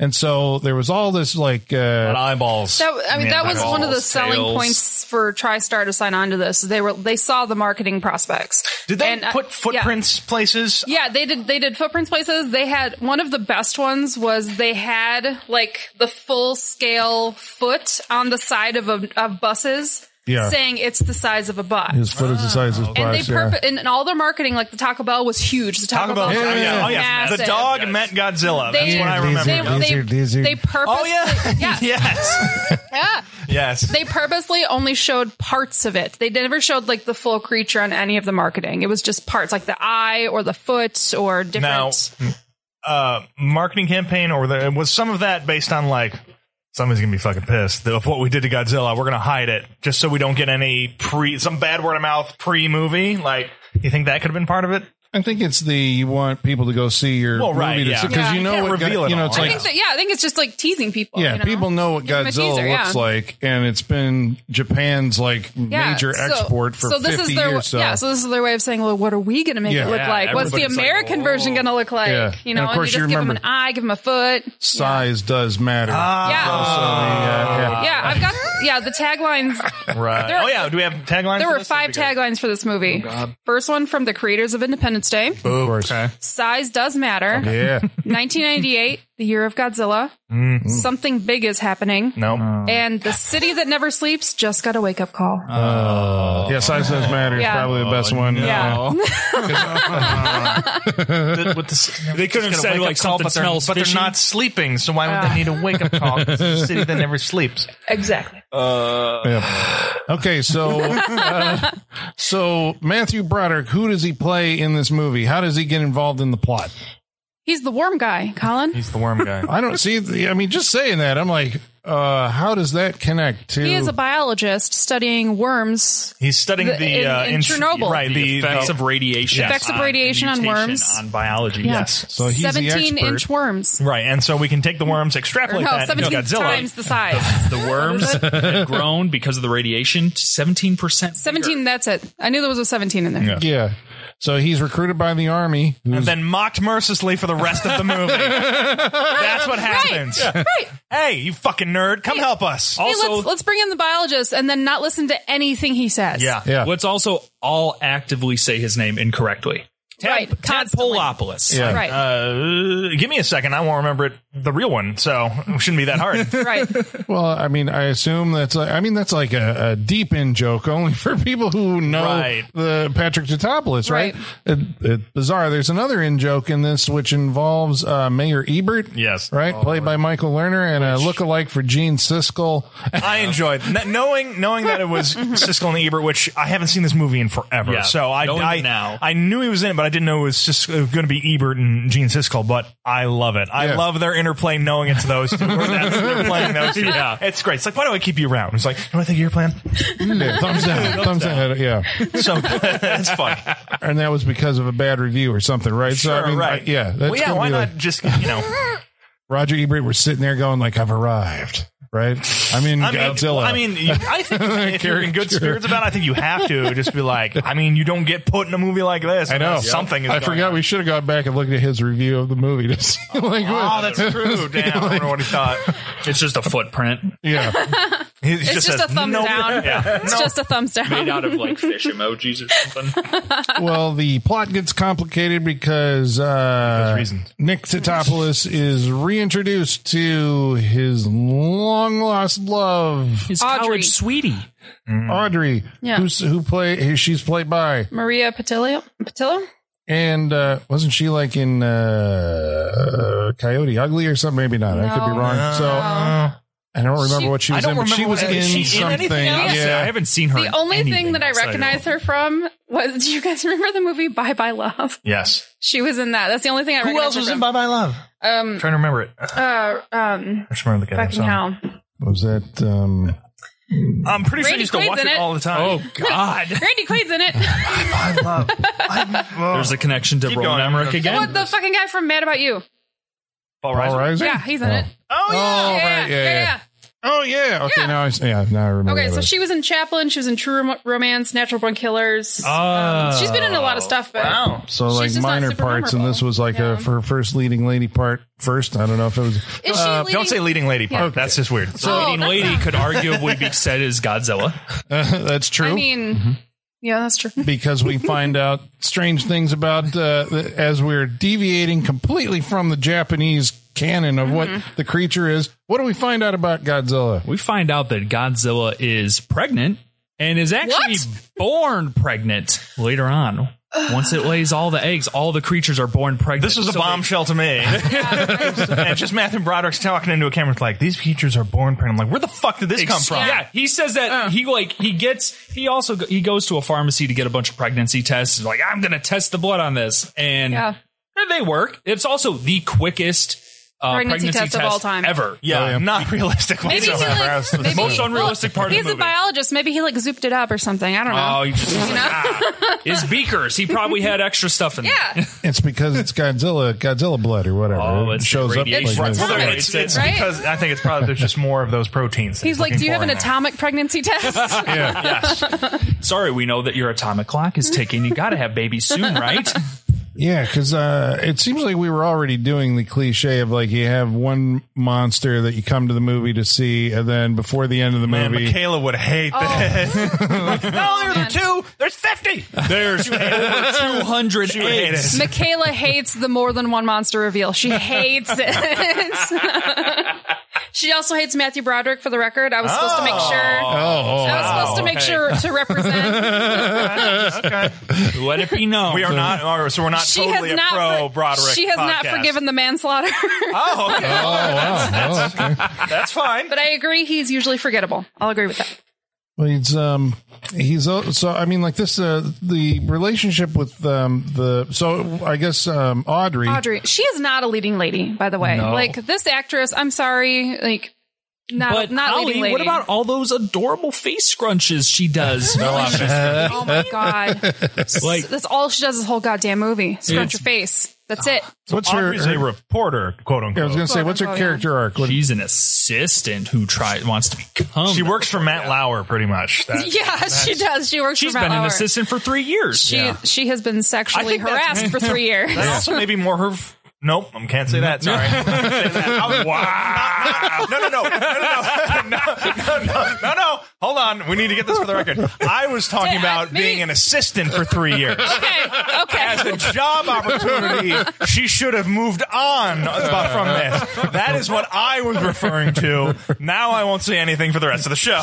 and so there was all this like uh,
eyeballs.
That, I mean, that was one of the
balls,
selling
tails.
points for TriStar to sign on to this. They were they saw the marketing prospects.
Did they
And, uh,
put footprints places?
Yeah. yeah, they did. They did footprints places. They had one of the best ones was they had like the full scale foot on the side of a, of buses,
Yeah.
saying it's the size of a bus.
his foot is the size of his
and they
body.
purpo- and, and all their marketing, like the Taco Bell, was huge. The Taco,
Talk about
Bell,
yeah,
was
yeah, oh, yeah.
massive.
The dog met Godzilla. That's
They-
what I remember.
They, they,
Lizard, lizard.
they purposely,
oh yeah.
yeah,
yes.
yeah.
Yes.
They purposely only showed parts of it. They never showed like the full creature on any of the marketing. It was just parts, like the eye or the foot or different.
Now, uh, marketing campaign, or the, was some of that based on like somebody's gonna be fucking pissed that of what we did to Godzilla? We're gonna hide it just so we don't get any pre some bad word of mouth pre movie. Like, you think that could have been part of it?
I think it's the you want people to go see your
Well, right,
movie
yeah.
because
Yeah,
you
you
know
can't
what
reveal
Go-
it
you know
all,
it's
right?
like
I think that, yeah, I think it's just like teasing people.
Yeah,
you know?
people know what
Give 'em a
Godzilla
teaser, yeah.
looks like, and it's been Japan's like
Yeah,
major
so-
export for
so this
fifty
is their,
years. So.
Yeah, so this is their way of saying, well, what are we going to make
Yeah.
it look
Yeah,
like? What's the
everybody's like,
American
"Oh."
version going to look like?
Yeah.
You
And
know,
of
and,
course
you
you
just give them an
remember-
eye, give them a foot.
size does matter.
Yeah,
Ah. Oh, yeah,
yeah. I've got yeah the taglines
Right.
There-
oh yeah. Do we have taglines?
There
for
were
this?
five taglines for this movie. First one from the creators of Independence Day.
of course.
Size does matter.
Yeah,
1998, the year of Godzilla.
Mm-hmm.
Something big is happening.
Nope.
And the city that never sleeps just got a wake up call.
yeah. Size does matter
Yeah.
is probably the best one.
yeah.
they could
Just
have
gotta
said
wake
like
up call,
something,
but
but
they're-
they're,
but they're
not
not
sleeping. So why would they need
Ah.
a wake up call? a city that never sleeps.
Exactly.
Yeah. Okay, so uh, so Matthew Broderick, who does he play in this movie? How does he get involved in the plot?
He's the warm guy, Colin.
He's the worm guy.
I don't see. the- I mean, just saying that, I'm like, uh, how does that connect to?
He is a biologist studying worms.
He's studying the,
The- in-
uh,
in
int-
Chernobyl.
right?
the
The,
effects of radiation,
Effects of
on
radiation on
mutation,
worms.
on biology. Yes,
so he's the
17
expert.
inch worms.
right, and so we can take the worms,
Or
extrapolate
no,
that into
17
Godzilla.
times the size.
the worms
What
have grown because of the radiation. Seventeen percent.
17, that's it. I knew there was a 17 in there.
yeah. So he's recruited by the army.
and then mocked mercilessly for the rest of the movie. That's what happens.
Right.
Hey, you fucking nerd, come help us.
Hey,
Also-
let's, let's bring in the biologist and then not listen to anything he says.
Yeah.
Let's also all actively say his name incorrectly. Tad,
Right,
Tad
constantly.
Polopoulos.
Yeah.
Right.
Uh, give me a second. I won't remember it, the real one, so it shouldn't be that hard.
right.
Well, I mean, I assume that's like, I mean, that's like a, a deep in joke only for people who know
Right.
the Patrick Tatopoulos, right?
Right.
It, it- bizarre. There's another in joke in this which involves uh, Mayor Ebert.
Yes.
Right? Played by Michael Lerner and a look-alike for Gene Siskel.
I enjoyed n- knowing knowing that it was Siskel and Ebert, which I haven't seen this movie in forever.
Yeah.
So I
Knowing
I,
it now.
I knew he was in it, but I didn't know it was just going to be Ebert and Gene Siskel. But I love it. I
Yeah.
love their interplay, knowing it's those two. Or that's they're playing those two.
Yeah.
it's great. It's like, why do I keep you around? It's like, do I think you're playing?
Yeah, thumbs down. thumbs down. Yeah.
So it's fun.
And that was because of a bad review or something, right? so,
Sure,
I mean,
right.
I- yeah. That's
well, yeah.
gonna
Why
be
not
like-
just you know?
Roger Ebert was sitting there going like, I've arrived, right? I'm in
I mean,
Godzilla.
I mean, you- I think if you're in good
Caricature.
spirits about, it, I think you have to just be like, I mean, you don't get put in a movie like this.
I know
something. Is
I
going
forgot
on.
we should have gone back and looked at his review of the movie to see. Like,
Oh,
what-
that's true. Damn, I wonder what he thought.
It's just a footprint.
yeah,
He
It's just,
says,
a thumbs
"Nope."
down.
Yeah.
It's
Nope.
just a thumbs down.
made out of like fish emojis or something.
well, the plot gets complicated because uh,
reasons.
Nick Totopoulos is reintroduced to his long lost love,
His
Audrey.
college sweetie.
Hmm.
Audrey,
Yeah.
who's, who play she's played by,
Maria Patilio? Patillo?
and uh, wasn't she like in uh, Coyote Ugly or something? Maybe not. I could be
No.
wrong. So
Uh,
I don't remember what she
I
was
don't
in, but she
remember
was
what-
in
is she in
something.
anything else?
Honestly, I
yeah.
haven't seen her.
The
in
only
anything
thing that I
outside of-
recognize her from was do you guys remember the movie Bye Bye Love?
yes.
She was in that. That's the only thing I
Who
recognize
else
her
was
from.
in Bye Bye Love? I'm
Um,
trying to remember it. I
uh, um,
just remember the
fucking
guy.
hell.
Was that? Um,
I'm pretty sure I
Randy
used to
Quaid's
watch
in
it,
it.
all the time.
Oh God,
Randy Quaid's in it.
I love.
Oh.
there's a connection to
Keep
Roland
going.
Emmerich
what
again.
the fucking guy from Mad About You?
Paul
Paul Reiser.
Reiser?
Yeah, he's in
Oh.
it.
Oh
Oh,
yeah,
right, yeah, yeah. Oh yeah. Okay,
Yeah.
now I s- yeah now I remember.
Okay,
that
so
was-
she was in Chaplin. She was in True Rom- Romance, Natural Born Killers.
Oh.
she's been in a lot of stuff, but
Wow.
so
she's
like
just not
minor
super
parts, and this
memorable.
was like
Yeah.
a for her first leading lady part first. I don't know if it was.
is she
Uh,
leading?
Don't say leading lady part. That's just weird.
So
Oh,
leading
that's
lady could arguably be said as Godzilla.
that's true.
I mean,
Mm-hmm.
yeah, that's true.
because we find out strange things about uh, as we're deviating completely from the Japanese canon of what
Mm-hmm.
the creature is. What do we find out about Godzilla?
We find out that Godzilla is pregnant and is actually
What?
born pregnant later on. Once it lays all the eggs, all the creatures are born pregnant.
This was a
So they-
bombshell to me. and just Matthew Broderick's talking into a camera it's like, these creatures are born pregnant. I'm like, where the fuck did this come from?
Yeah, he says that
Uh.
he like he gets he also go- he goes to a pharmacy to get a bunch of pregnancy tests. He's like, I'm gonna test the blood on this, and
Yeah.
and they work. It's also the quickest uh,
Pregnancy
pregnancy,
test
test,
of all time.
ever.
Yeah,
Oh, yeah.
not realistic
Maybe he
whatsoever. I was-
like, maybe,
most unrealistic part of the
he's
movie.
a biologist. Maybe he like zooped it up or something. I don't know.
Oh, he- Ah, his beakers. He probably had extra stuff in there.
yeah,
It's because it's Godzilla, Godzilla blood or whatever.
Oh,
it
it's
shows up.
radiation.
Like this.
It's
Well, there-
Right.
it's, it's
Right?
because I think it's probably there's just more of those proteins. that
he's like,
looking
do you have
for
an
in there."
atomic pregnancy test?
Sorry, we know that your atomic clock is ticking. You got to have babies soon, right?
Yeah, because uh, it seems like we were already doing the cliche of like you have one monster that you come to the movie to see, and then before the end of the
Man,
movie,
Michaela would hate
Oh.
that. no, there are
man.
two. There's 50.
There's two hundred
would hate
eggs.
Michaela hates the more than one monster reveal. She hates it. she also hates Matthew Broderick. For the record, I was supposed to make sure.
oh,
I was supposed to make
okay.
sure to represent.
Okay.
Let it be known.
We are not, or- so we're not
She
totally
has
a
not.
pro
for-
Broderick.
she has not
podcast.
forgiven the manslaughter.
Oh, okay.
oh, wow, oh, okay.
That's fine.
but I agree, he's usually forgettable. I'll agree with that.
Well, he's um he's uh, so I mean like this uh the relationship with um the so I guess um Audrey,
Audrey, she is not a leading lady, by the way.
No.
Like this actress, I'm sorry, like not
But
not
Holly,
leading lady.
what about all those adorable face scrunches she does?
Oh my god,
like
that's all she does this whole goddamn movie. Scrunch your face. That's it.
what's her,
Audrey's a
her-
reporter, quote
I
unquote.
was gonna say what's her
Oh, yeah.
character arc what,
she's an assistant who try wants to become.
She works for Matt Lauer, pretty much. That-
Yeah, she does. She works.
She's
for Matt
been an
Lauer.
assistant for three years.
She she has been sexually
think that's-
harassed for three years.
That also maybe more her. f- Nope, I can't say that. Sorry. wow. No, no, no, no, no, no, no, no, no, no. Hold on. We need to get this for the record. I was talking
Yeah,
about
maybe-
being an assistant for three years.
okay,
As
okay.
a job opportunity, she should have moved on about- from this. That is what I was referring to. Now I won't say anything for the rest of the show.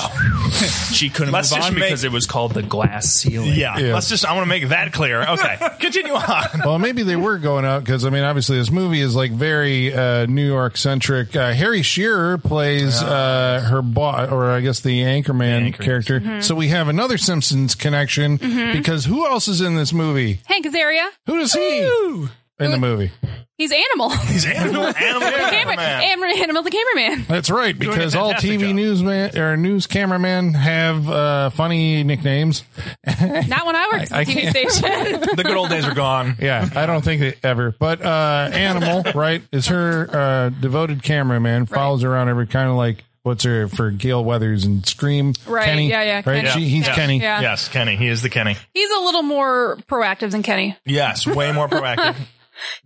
She couldn't
Let's
move
just
on
make-
because it was called the glass ceiling.
Yeah,
Yeah.
let's just. I want to make that clear. Okay, continue on.
well maybe they were going out because I mean obviously this movie is like very uh New York centric uh, Harry Shearer plays uh her boss or I guess the Anchorman character so we have another Simpsons connection because who else is in this movie
Hank Azaria,
who does he in the movie
he's animal.
These animal, animal,
Camera,
man.
animal, animal, the cameraman.
That's right, because all
fantastic
TV
job.
newsman or news cameraman have uh, funny nicknames.
Not when I worked
I
at the TV station.
The good old days are gone.
Yeah, I don't think it ever. But uh, Animal, right, is her uh, devoted cameraman. Follows her around every kind of like what's her for Gail Weathers and Scream.
Right,
Kenny,
yeah, yeah,
Right,
Kenny.
She, he's
Yeah.
Kenny.
Yeah.
Yes, Kenny. He is the Kenny.
He's a little more proactive than Kenny.
Yes, way more proactive.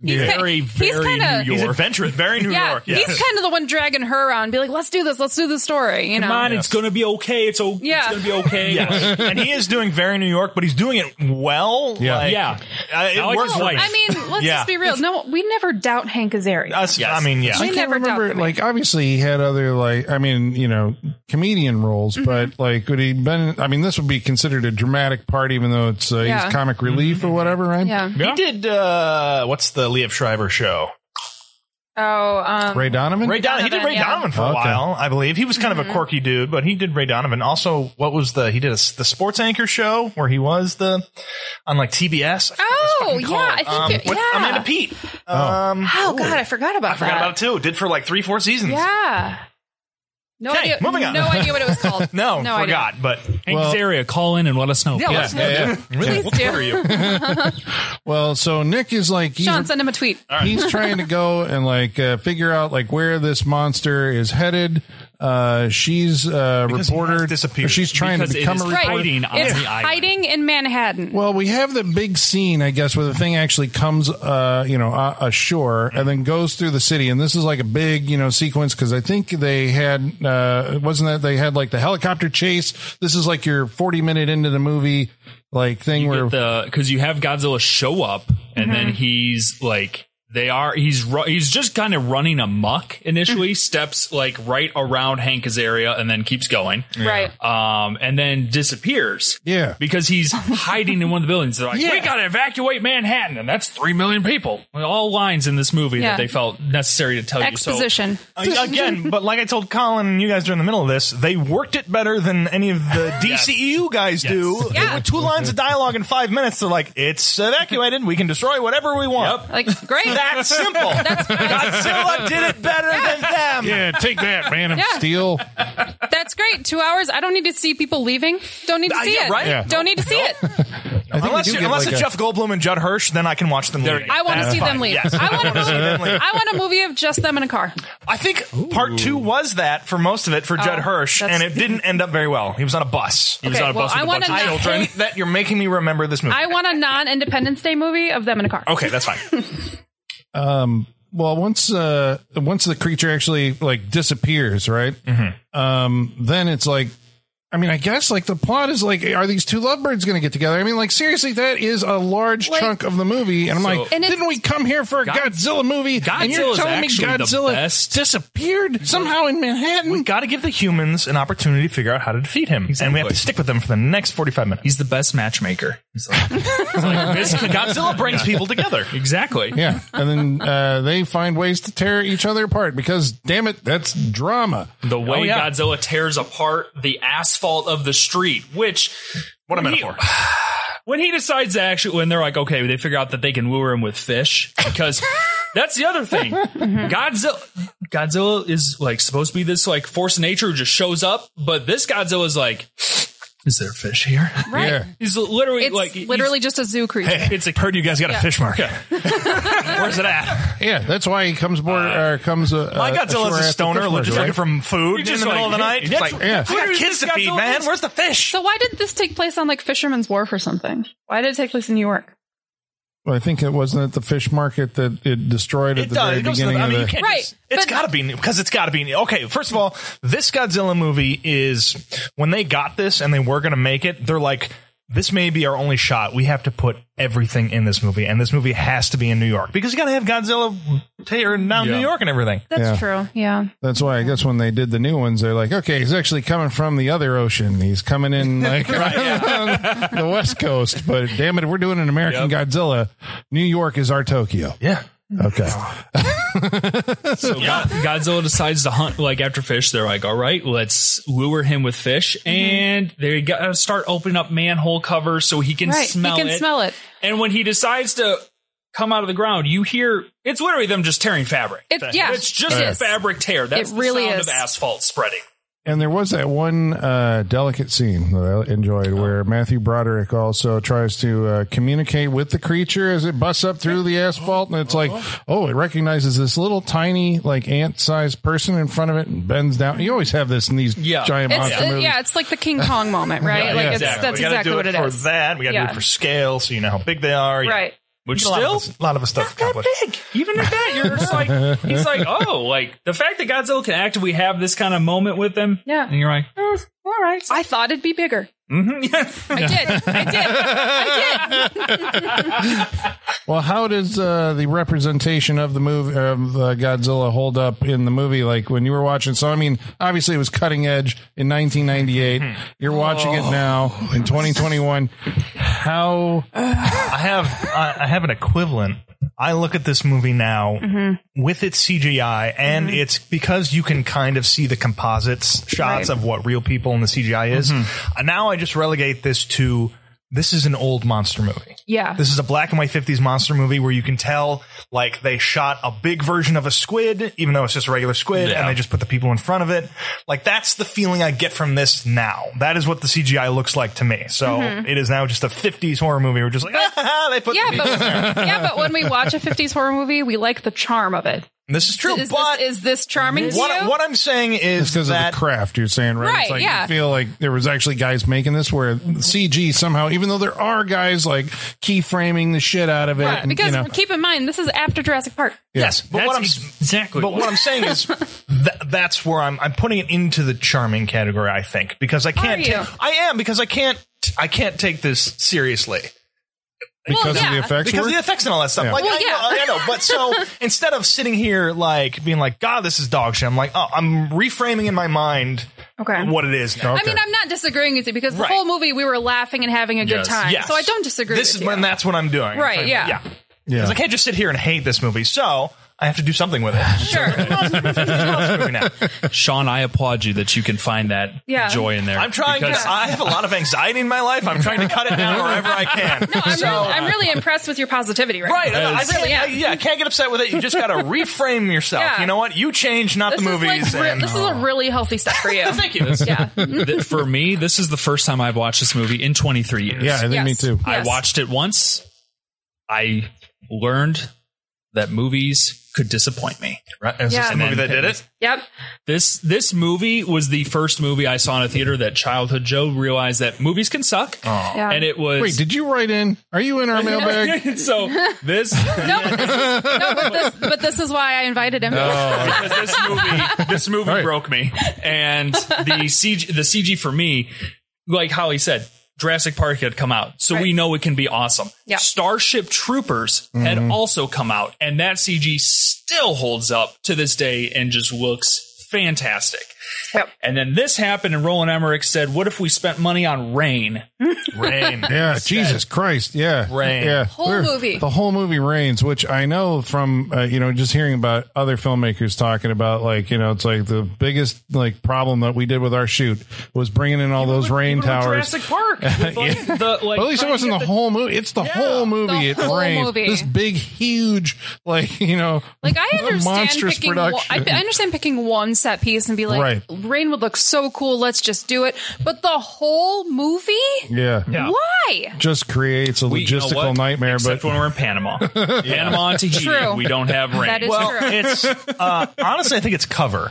He's ki-
Very,
he's
very
kinda-
New
He's
York.
adventurous, very New
yeah,
York. Yes.
he's kind of the one dragging her around, be like, "Let's do this. Let's do the story." You know,
Come on, it's gonna be okay. It's okay.
Yeah.
It's gonna be okay.
Yes. and he is doing very New York, but he's doing it well.
Yeah.
like,
Yeah.
uh, it
I like
works.
his
for
wife.
me.
I mean, let's
Yeah.
just be real. No, we never doubt Hank Azaria.
Us-
Yes.
I mean, yeah.
I
We
can't
never doubt
remember.
the man.
Like, obviously, he had other like, I mean, you know, comedian roles,
Mm-hmm.
but like, would he been? I mean, this would be considered a dramatic part, even though it's uh,
Yeah. Mm-hmm.
he's comic relief or whatever, right?
yeah.
Yeah.
He did uh what's the Lee of Schreiber show?
Oh, um,
Ray Donovan.
Ray Donovan. He did
Donovan,
Ray
yeah. Mm-hmm.
Donovan for a
Okay.
while, I believe. He was kind of a quirky dude, but he did Ray Donovan. Also, what was the he did a, s- the sports anchor show where he was the on like TBS. I forgot what it's
Oh,
fucking
yeah,
called.
I think
um,
it-
with
yeah.
Amanda Pete. Um,
oh God, I forgot about
I forgot
that.
about it too. Did for like three, four seasons.
yeah. No
Okay,
idea.
moving on.
No idea what it was called.
No,
no
forgot.
Idea.
But
Hank
Well-
Azaria, call in and let us know.
yeah,
please.
let's know.
yeah,
Really,
Please
we'll
do.
cover you.
Well, so Nick is like, he's,
Sean, send him a tweet.
he's trying to go and like uh, figure out like where this monster is headed. Uh, she's a
he
reporter.
has disappeared.
or She's trying
Because
to
it
become
is
a
Right.
reporter.
Hiding on
it's
the island.
hiding in Manhattan.
Well, we have the big scene, I guess, where the thing actually comes, uh, you know, a- ashore and then goes through the city. And this is like a big, you know, sequence because I think they had, uh, wasn't that they had like the helicopter chase? This is like your 40 minute into the movie, like thing where,
because you have Godzilla show up, and then he's like, they are he's ru- he's just kind of running amok initially. steps like right around Hank Azaria, and then keeps going,
Right.
um, and then disappears.
Yeah.
because he's hiding in one of the buildings. They're like,
Yeah.
we got to evacuate Manhattan, and that's three million people. All lines in this movie
Yeah.
that they felt necessary to tell you. So
Exposition.
Uh, Again, but like I told Colin and you guys during the middle of this, they worked it better than any of the
Yes.
DCEU guys do.
Yeah.
With two lines of dialogue in five minutes, they're like, it's evacuated. We can destroy whatever we want.
like great.
That's simple.
That's
Godzilla did it better than them.
yeah, take that, man of
Yeah.
steel.
that's great. Two hours. I don't need to see people leaving. Don't need to
Uh,
see
yeah,
it.
right? Yeah.
Don't need to see it.
I think we
Unless,
do
you,
get,
unless
like,
it's
a-
Jeff Goldblum and Judd Hirsch, then I can watch them.
There
later.
you go.
I want to
That's
see them
fine,
leave.
yes.
I want
See them
to.
leave.
I want a movie of just them in a car.
I think part two was that for most of it for Judd
Oh,
Hirsch,
that's-
and it didn't end up very well. He was on a bus.
He was
Okay,
on a
well,
bus with
I
a
wanna
bunch of
know-
children.
Strange that you're making me remember this movie.
I want a non-Independence Day movie of them in a car.
okay, that's fine.
Um, well once uh once the creature actually like disappears right
Mm-hmm.
um then it's like i mean i guess like the plot is like are these two lovebirds gonna get together i mean like seriously that is a large
Like-
chunk of the movie and i'm like
And it's-
didn't we come here for a
God-
godzilla movie and you're
Godzilla's
telling me
actually the
godzilla
best.
disappeared somehow in manhattan
Got to give the humans an opportunity to figure out how to defeat him, and we have to stick with them for the next forty-five minutes.
He's the best matchmaker. He's like, he's like, this Godzilla brings people together. Exactly.
yeah and then uh they find ways to tear each other apart because damn it that's drama
The way
Oh, yeah.
Godzilla tears apart the asphalt of the street, which
What a
when
metaphor!
He, when he decides to actually, when they're like, okay, they figure out that they can lure him with fish because that's the other thing.
Mm-hmm.
Godzilla, Godzilla is like supposed to be this like force of nature who just shows up, but this Godzilla is like, is there fish here?
Right.
yeah
He's literally
It's
like he's-
literally just a zoo creature.
it's a heard you guys got a fish market. Where's it at?
yeah that's why he comes aboard or comes uh,
My
ashore
Godzilla's
at the
a stoner,
fish market,
just looking
right?
from food in
You're
the
just
middle of
like,
the night.
hey,
It's
that's-
like,
Yeah.
I got kids to feed, man. Where's the fish?
So why did this take place on like Fisherman's Wharf or something? Why did it take place in New York?
Well, I think it wasn't at the fish market that it destroyed at
It
the
does.
very
It goes to the-
beginning
I mean, you
of the.
can't
Right,
just- it's
but-
got to be new because it's got to be new. Okay, first of all, this Godzilla movie is when they got this and they were going to make it. They're like, this may be our only shot. We have to put everything in this movie, and this movie has to be in New York because you got to have Godzilla tearing down
Yeah.
New York and everything.
That's
Yeah.
true. Yeah.
That's why I guess when they did the new ones, they're like, okay, he's actually coming from the other ocean. He's coming in like around the west coast. But damn it, if we're doing an American Godzilla. New York is our Tokyo.
Yeah,
Okay.
So Go- Godzilla decides to hunt like after fish. They're like, all right, let's lure him with fish,
Mm-hmm.
and they gotta start opening up manhole covers so he can
Right.
smell
he can
it.
smell it.
And when he decides to come out of the ground, you hear it's literally them just tearing fabric.
It, yeah.
It's just
It
a
is.
fabric tear. That's
It really
the sound
is.
of asphalt spreading.
And there was that one uh, delicate scene that I enjoyed where Matthew Broderick also tries to uh, communicate with the creature as it busts up through the asphalt. And it's like, oh, it recognizes this little tiny, like ant sized person in front of it and bends down. You always have this in these
Yeah.
giant
It's,
monster
uh,
movies.
yeah, it's like the King Kong moment, right? like it's,
exactly.
that's
We gotta
exactly
do
what
it
it
for
is.
that. We got to
Yeah.
do it for scale, so you know how big they are. Yeah.
Right.
Which
a lot of
still
us, a lot of us stuff
not that
accomplished.
big. Even at that, you're just like, he's like, oh, like the fact that Godzilla can actively have this kind of moment with them.
Yeah.
And you're like, oh, all right.
I thought it'd be bigger.
Mm-hmm.
Mhm.
I did. I did. I did.
Well, how does uh, the representation of the movie of uh, Godzilla hold up in the movie? Like when you were watching, so I mean, obviously it was cutting edge in 1998. You're watching it now in 2021. How
I have I, I have an equivalent. I look at this movie now with its CGI, and it's because you can kind of see the composites shots of what real people in the CGI is. And Now I just relegate this to this is an old monster movie.
Yeah.
This is a black and white 50s monster movie where you can tell, like, they shot a big version of a squid, even though it's just a regular squid, and they just put the people in front of it. Like, that's the feeling I get from this now. That is what the CGI looks like to me. So it is now just a 50s horror movie. We're just like, ah, ha, ha, they put
Mm-hmm. Yeah,
the people there.
but yeah, but when we watch a 50s horror movie, we like the charm of it.
This is true,
Is this,
but
is this charming to
what,
you?
what I'm saying is
it's because of
that
the craft you're saying, right?
Right,
it's like
yeah.
you feel like there was actually guys making this where CG somehow, even though there are guys like keyframing the shit out of it,
Right,
and,
because
you know,
keep in mind, this is after Jurassic Park.
yes, but
That's
what I'm
exactly
But what I'm saying is th- that's where I'm I'm putting it into the charming category, I think, because I can't.
Are
ta-
you?
I am because I can't. I can't take this seriously
because
Well,
of the
yeah.
effects.
because
were?
of the effects and all that stuff.
Yeah.
Like
Well,
I,
yeah.
know, I know, but so instead of sitting here like being like, God, this is dog shit. I'm like, oh, I'm reframing in my mind
Okay.
what it is. Now.
I mean, I'm not disagreeing with you because the
Right.
whole movie we were laughing and having a good
Yes.
time.
Yes.
So I don't disagree
This
with
is
you.
when that's what I'm doing.
Right,
Like,
yeah.
Yeah.
Yeah.
'Cause I can't just sit here and hate this movie, so I have to do something with it.
sure.
This movie now.
Sean, I applaud you that you can find that
Yeah.
joy in there.
I'm trying
because
to. I have a lot of anxiety in my life. I'm trying to cut it down wherever I can.
No, I'm,
So-
really, I'm really impressed with your positivity right,
Right.
now.
I, I
Really
think,
am.
I- yeah, I can't get upset with it. You just got to reframe yourself.
Yeah.
You know what? You change, not
This
the
is
movies.
like re-
and-
this is a really healthy step for you.
Thank you. This-
Yeah.
th- for me, this is the first time I've watched this movie in 23 years.
yeah, I think me
Yes.
too.
I
Yes.
watched it once. I learned that movies could disappoint me.
right? Is
Yeah.
this the movie that did it?
Yep.
This this movie was the first movie I saw in a theater that childhood Joe realized that movies can suck.
Yeah.
And it was
Wait, did you write in? Are you in our mailbag?
so this
no, but this is, no, but this, but this is why I invited him.
because this movie this movie
Right.
broke me and the CG the CG for me like Holly said Jurassic Park had come out so we
Right.
know it can be awesome.
Yeah.
Starship Troopers had
Mm-hmm.
also come out and that CG still holds up to this day and just looks fantastic.
Yep.
And then this happened and Roland Emmerich said what if we spent money on rain?
Rain.
Yeah, Jesus Christ. Yeah.
Rain.
Yeah.
Whole movie.
The whole movie rains, which I know from, uh, you know, just hearing about other filmmakers talking about, like, you know, it's like the biggest, like, problem that we did with our shoot was bringing in all those rain towers.
Jurassic Park. With, like, the, like,
But at least it
trying to
wasn't
get
the, whole movie. It's the whole movie.
the
it
whole
rains.
movie.
This big, huge, like you know,
Like I understand
monstrous
picking. One, I
production.
I understand picking one set piece and be like,
Right.
"Rain would look so cool. Let's just do it." But the whole movie,
yeah.
why?
just creates a
We- you know
logistical
what?
nightmare.
Except
But
when we're in Panama, Panama and Tahiti,
True.
we don't have rain.
That is
Well,
true.
it's uh, honestly, I think it's cover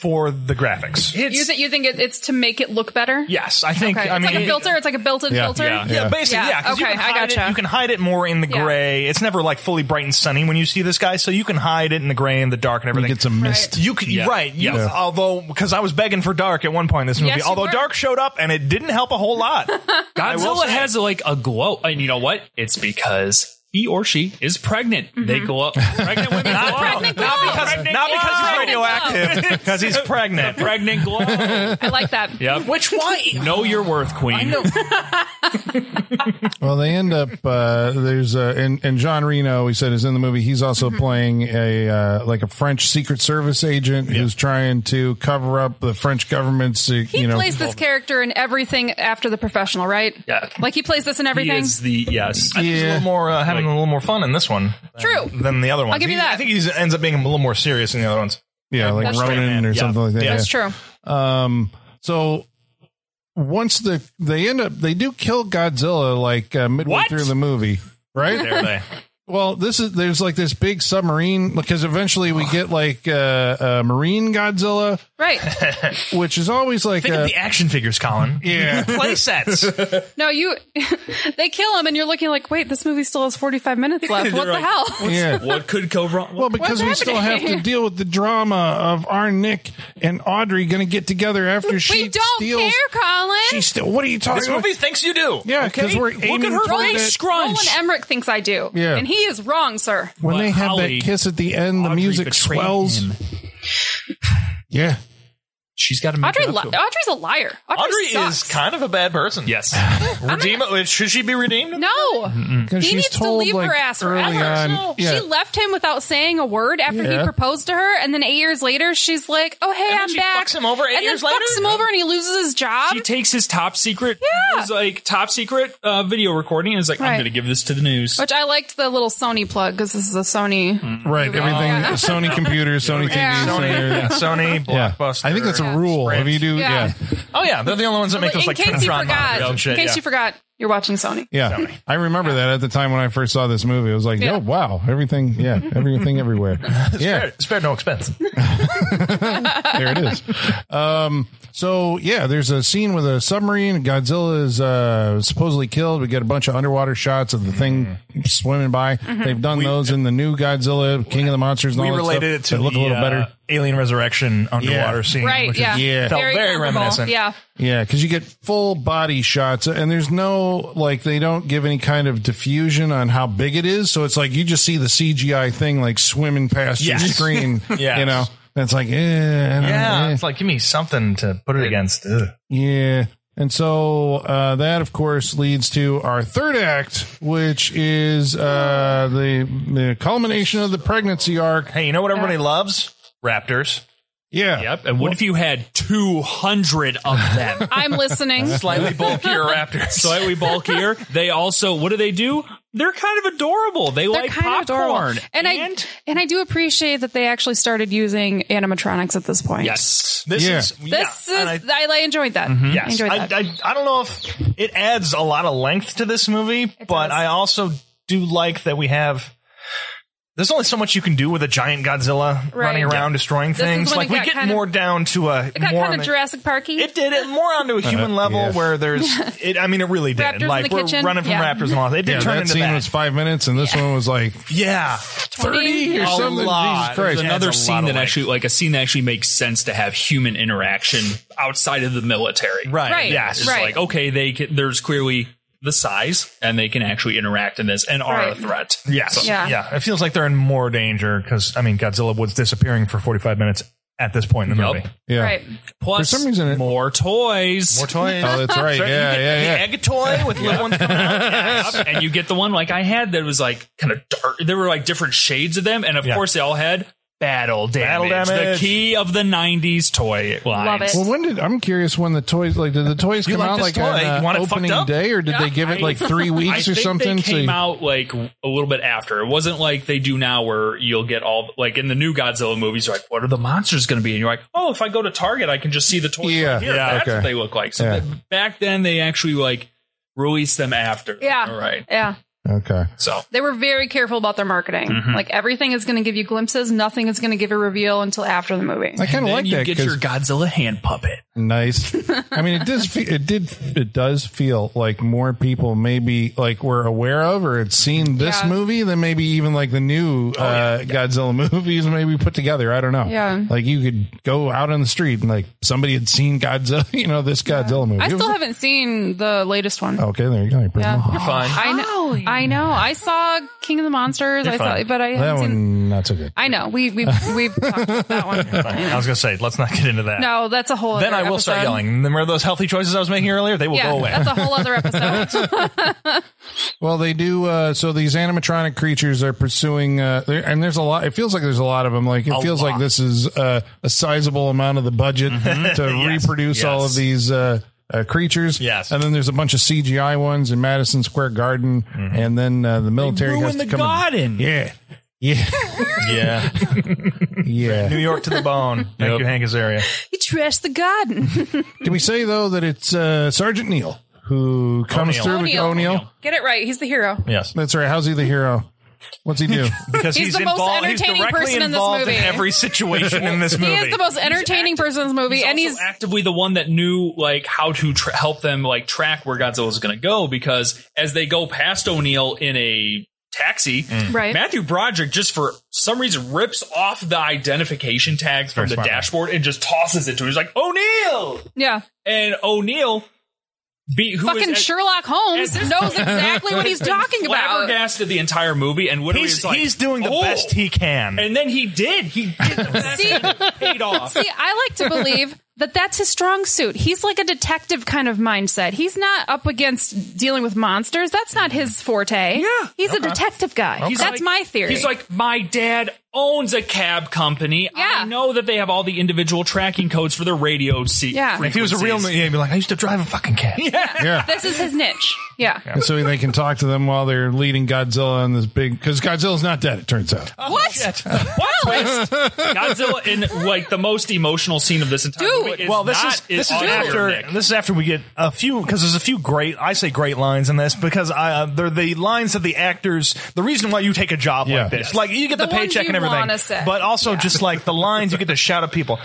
for the graphics.
You think you think it, it's to make it look better?
yes, I think.
Okay.
I
it's
mean,
like a filter. It's like a built-in
Yeah.
filter.
Yeah.
Yeah, basically,
Yeah,
yeah. 'cause you
okay,
can
I
hide
gotcha.
It, you can hide it more in the
Yeah.
gray. It's never like fully bright and sunny when you see this guy, so you can hide it in the gray and the dark and
we
everything.
get some mist.
You could,
Yeah.
right? You,
Yeah.
Although, because I was begging for dark at one point in this movie.
Yes, you
although
were.
dark showed up and it didn't help a whole lot. I will
Godzilla
say.
has like a glow, and you know what? It's because he or she is pregnant. They glow up. Pregnant women glow.
Mm-hmm. pregnant
Not
glow.
because
Pregnant
not
not because he's
Pregnant glow.
radioactive, because
because
he's pregnant.
pregnant glow.
I like that.
Yep. Which one? Know your worth, Queen.
Well, they end up uh, there's uh, and and John Reno, he said, is in the movie. He's also playing a uh, like a French Secret Service agent who's trying to cover up the French government's uh,
He
you know
plays this character in everything after the professional, right?
Yeah.
Like he plays this in
He
everything.
is the yes.
He's a little more uh, having a little more fun in this one
True.
than the other one.
give you that.
I think he ends up being a little more serious in the other ones.
yeah like
That's true.
Ronin or
Yeah.
something like that.
Yeah.
yeah.
That's true.
Um, so once the they end up they do kill Godzilla like uh, midway
What?
through the movie, right?
There they.
Well, this is there's like this big submarine because eventually we get like uh, uh, marine Godzilla,
Right.
which is always like uh,
Think
a,
of the action figures, Colin.
yeah.
Play sets.
No, you. they kill him, and you're looking like, wait, this movie still has 45 minutes left. What
They're
the
like,
hell?
Yeah.
What could go wrong?
Well, because we still have to
happening?
deal with the drama of our Nick and Audrey going to get together after she
we don't
steals.
care, Colin.
She still. What are you talking
this
about?
movie thinks you do.
Yeah,
okay?
'cause we're
look
aiming
at her
toward
face
that-
scrunch.
Roland Emmerich thinks I do.
Yeah.
And he is wrong, sir.
when
But
they have
Holly-
that kiss at the end, the
Audrey
music
betrayed
swells.
him.
Yeah.
She's got to make
Audrey,
it up
li-
to him.
Audrey's a liar. Audrey,
Audrey is
sucks.
kind of a bad person.
Yes.
Redeem should she be redeemed?
no.
Because
He
she's
needs to
told
leave
like
her ass
early
forever.
on. yeah.
She left him without saying a word after
Yeah.
he proposed to her, and then eight years later, she's like, "Oh hey,
then
I'm
she
back."
fucks him over eight
and
years
then
later?
fucks him over, and he loses his job.
She takes his top secret,
Yeah.
his, like top secret uh, video recording, and is like, "I'm
Right.
going to give this to the news."
which I liked the little Sony plug because this is a Sony.
Mm.
right. Everything.
Yeah.
Sony computers, Sony TVs,
Yeah.
Sony.
Yeah, Sony,
Yeah.
Blockbuster.
I think that's a
Yeah.
rule. If you do,
Yeah.
yeah.
Oh yeah, they're the only ones that make
in
those like
case you
Trinitron
forgot,
monitors
Oh,
in
and shit.
case
yeah.
you forgot, you're watching Sony.
Yeah, I remember that at the time when I first saw this movie. I was like,
Yeah.
"Oh wow, everything, yeah, everything everywhere." Yeah,
Spare- Spare no expense.
there it is. Um, so yeah, there's a scene with a submarine. Godzilla is uh, supposedly killed. We get a bunch of underwater shots of the thing swimming by.
Mm-hmm.
They've done those in the new Godzilla, King of the Monsters. And
we
all that
related it
stuff.
to
They look
the,
a little
uh,
better.
Alien Resurrection underwater scene.
Right?
which
Yeah.
Is,
yeah.
Felt very
comparable.
reminiscent.
Yeah.
Yeah, because you get full body shots, and there's no like they don't give any kind of diffusion on how big it is. So it's like you just see the CGI thing like swimming past your
Yes.
screen.
Yes.
you know, and it's like eh,
yeah.
yeah,
It's like, give me something to put it against. Ugh.
eh, yeah. And so uh, that, of course, leads to our third act, which is uh, the the culmination of the pregnancy arc.
Hey, you know what everybody
Yeah.
loves? Raptors.
Yeah,
yep. And what if you had two hundred of them?
I'm listening.
Slightly bulkier raptors.
Slightly bulkier. They also, what do they do? They're kind of adorable. They
They're
like
kind of
popcorn.
adorable, and, I and I do appreciate that they actually started using animatronics at this point.
yes,
This
Yeah.
is yeah,
this
and I-
is I, I enjoyed that. I
Yes,
enjoyed
Hmm? I,
that.
I, I don't know if it adds a lot of length to this movie, but
does.
I also do like that we have. There's only so much you can do with a giant Godzilla
Right.
running around destroying
is
things.
when
Like
it
we
got
get
kind of-
more down to a
it got
more
kind of
on the-
Jurassic Parky.
it did it more onto a human level
yes.
where there's it. I mean, it really did.
Raptors in
like
the
we're
kitchen?
running from
Yeah.
raptors and all. that. It did
yeah.
turn
That
into
scene
that.
was five minutes, and this one was like
yeah,
thirty or
A
something.
lot.
Jesus Christ!
There's
another
adds a lot
scene
of
that
length.
actually like a scene that actually makes sense to have human interaction outside of the military
right.
Right.
Yes,
it's
Right.
like okay they can, there's clearly the size and they can actually interact in this and are a
Right.
threat
yes,
Yeah.
yeah. It feels like they're in more danger because I mean, Godzilla was disappearing for 45 minutes at this point in the
Yup.
movie.
Yeah.
right.
plus
For some reason it-
more toys
More toys.
Oh, that's right. Yeah, yeah, yeah.
egg toy with little ones coming out and you get the one like i had that was like kind of dark there were like different shades of them and of
Yeah.
course they all had battle damage,
damage.
the key of the 90s toy line
Love it.
Well, when did I'm curious when the toys like did the toys
You
come
like
out
this
like
toy?
on uh,
You want it fucked
opening
up?
day or did they give it like three
I
weeks or
think
something?
They
So
came
you-
out like a little bit after. It wasn't like they do now, where you'll get all like in the new Godzilla movies. You're like, what are the monsters going to be? And you're like, oh, if I go to Target, I can just see the toys.
Yeah,
right here.
yeah,
that's
okay.
what they look like. So
Yeah.
th- back then, they actually like released them after.
Yeah.
all right.
Yeah.
okay.
So
They were very careful about their marketing. Like everything is going to give you glimpses. Nothing is going to give a reveal until after the movie.
I kind of
then
like
you
that
get
'cause-
your Godzilla hand puppet.
nice. I mean, it does. Fe- it did. It does feel like more people maybe like were aware of or had seen this
Yeah.
movie than maybe even like the new uh, Godzilla movies maybe put together. I don't know.
Yeah.
Like you could go out on the street and like somebody had seen Godzilla. You know this Godzilla movie.
I
It was-
still haven't seen the latest one.
Okay, there you go. You're pretty
Yeah.
well.
Fine.
I know. I know. I saw King of the Monsters. I saw,
fine.
but I
That
haven't seen.
one not so good.
I know. We we we've talked about that one.
I was gonna say, let's not get into that.
No, that's a whole.
Then I
other
will start
episode.
yelling. Remember those healthy choices I was making earlier? They will
Yeah,
go away.
that's a whole other episode.
Well, they do. Uh, so these animatronic creatures are pursuing, uh, there- and there's a lot. It feels like there's a lot of them. Like it feels like this is uh, a sizable amount of the budget to reproduce all of these uh, uh, creatures.
Yes.
and then there's a bunch of CGI ones in Madison Square Garden, and then uh, the military has to
Ruin the
come. and-
garden.
yeah, yeah,
Yeah.
yeah.
New York to the bone. Thank you, Hank Azaria.
you trashed the garden.
Can we say though that it's uh, Sergeant Neil who comes
O'Neill.
through with
O'Neill.
O'Neill?
Get it right. He's the hero.
Yes.
That's right. How's he the hero? What's he do?
because
He's
he's,
the most
involved. He's
entertaining
directly
person in this
involved
movie.
every situation in this movie.
He is the most entertaining person in this movie, and he's
also actively the one that knew like how to tr help them like track where Godzilla was going to go because as they go past O'Neill in a taxi,
Mm.
Right.
Matthew Broderick just for some reason rips off the identification tags from the
smart.
dashboard and just tosses it to him. He's like O'Neill,
yeah,
and O'Neill, be who
fucking
is
Sherlock Holmes
and-
knows exactly what he's talking about.
flabbergasted the entire movie, and what
he's, "Oh!" he's doing the best he can.
"Oh!" And then he did. He did.
See,
paid off.
see, I like to believe that that's his strong suit. He's like a detective kind of mindset. He's not up against dealing with monsters. That's not his forte.
Yeah.
he's a detective guy. That's
like-
my theory.
He's like, my dad owns a cab company.
Yeah.
I know that they have all the individual tracking codes for their radio seat.
Yeah.
frequencies.
if he was a real, yeah, he'd be like, I used to drive a fucking cab.
Yeah.
this is his niche. Yeah.
And so they can talk to them while they're leading Godzilla on this big because Godzilla's not dead. It turns out.
what?
What Oh, twist? Godzilla in like the most emotional scene of this entire
Dude.
movie.
Well, Oh, this
not-
is this is
on
after
Nick.
this is after we get a few because there's a few great I say great lines in this because I, uh, they're the lines that the actors the reason why you take a job
Yeah.
like this like you get the,
The ones
paycheck
you
and
wanna
everything
say.
but also just like the lines you get to shout at people.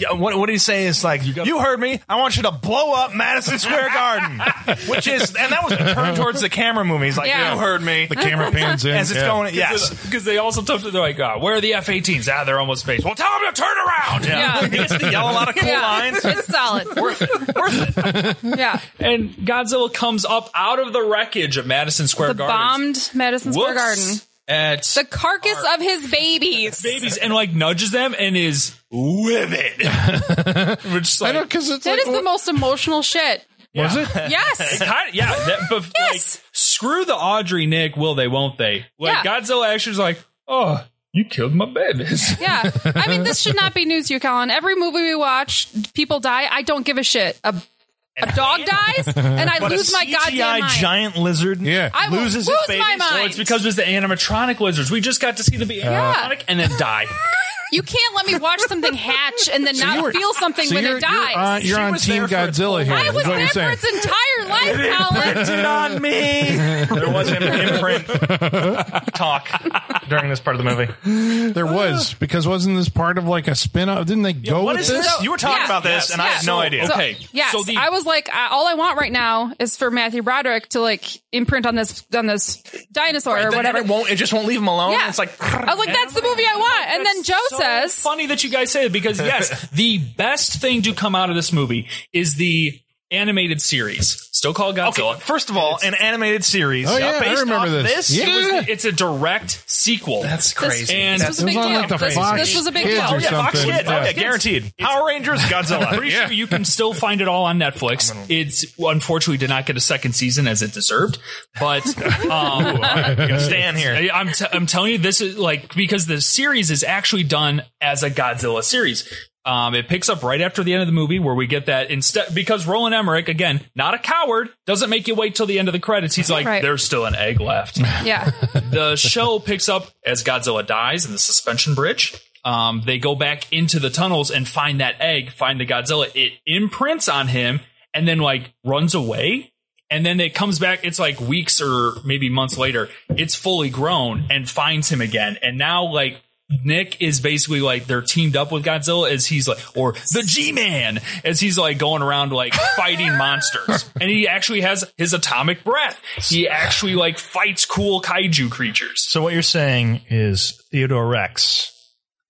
Yeah, what what do you say is like you, heard me I want you to blow up Madison Square Garden which is and that was a turn towards the camera movies like
Yeah.
you heard me
The camera pans in
as it's
yeah.
going yes
because they also took they're like, oh, where are the F-18s? Ah, they're almost space. Well, tell them to turn around.
Yeah.
he gets to yell a lot of cool
Yeah.
lines
It's solid. Worth it. Yeah.
And Godzilla comes up out of the wreckage of Madison Square
The
Garden.
bombed Madison Square Garden.
At
The carcass of his babies.
babies and like nudges them and is livid. Which is
I
like,
know because it's
That
like,
is the most emotional shit.
was it?
Yes.
Kind of, yeah. That, but
Yes.
like, screw the Audrey Nick. Will they? Won't they?
Yeah.
Like Godzilla actually is like, oh, you killed my babies.
Yeah. I mean, this should not be news to you, Colin. Every movie we watch, people die. I don't give a shit. A, a dog dies, and I
but
lose
a
my
CGI
goddamn mind.
giant lizard
Yeah.
I will
loses
lose
its babies.
my mind.
Well, it's because it was the animatronic lizards. We just got to see the be animatronic and then die.
you can't let me watch something hatch and then
you were-
not feel something
So
when
you're,
it dies.
you're on, you're on
was
Team
there for its whole
Godzilla here.
I
is
was
what
there
you're
for
saying.
its entire life, Colin.
imprinted on me. There was an imprint talk during this part of the movie.
There was because wasn't this part of like a spin off? Didn't they go
what
with
is
this?
this? You were talking
Yeah.
about
Yes.
this, and I
Yeah.
had no
So-
idea.
So,
Okay.
Yes.
So the-
I was like, I, all I want right now is for Matthew Broderick to like imprint on this on this dinosaur or whatever.
It won't. It just won't leave him alone.
Yeah.
It's like
I was like, that's the movie I want. And then Joe
so
says,
funny that you guys say it because yes, the best thing to come out of this movie is the animated series, still called Godzilla.
okay. First of all, an animated series. uh,
Oh, yeah, I
based
remember
off
this.
this.
Yeah.
It was- it's a direct sequel.
this,
That's crazy.
And-
this was a big
It was on,
deal.
like, the
this,
Fox
this was a big
Kids
deal.
or
yeah, Fox
something.
Kids.
Yeah.
Oh, yeah, guaranteed. Power Rangers, Godzilla.
pretty sure you can still find it all on Netflix. It's unfortunately did not get a second season as it deserved, but um,
Stan here.
I- I'm, t- I'm telling you, this is like because the series is actually done as a Godzilla series. Um, it picks up right after the end of the movie where we get that instead because Roland Emmerich again not a coward doesn't make you wait till the end of the credits. He's like
Right.
there's still an egg left.
Yeah.
the show picks up as Godzilla dies in the suspension bridge. Um, they go back into the tunnels and find that egg, find the Godzilla. It imprints on him and then like runs away. And then it comes back. It's like weeks or maybe months later. It's fully grown and finds him again. And now like Nick is basically like they're teamed up with Godzilla as he's like, or the G Man as he's like going around like fighting monsters. And he actually has his atomic breath. He actually like fights cool kaiju creatures.
So what you're saying is Theodore Rex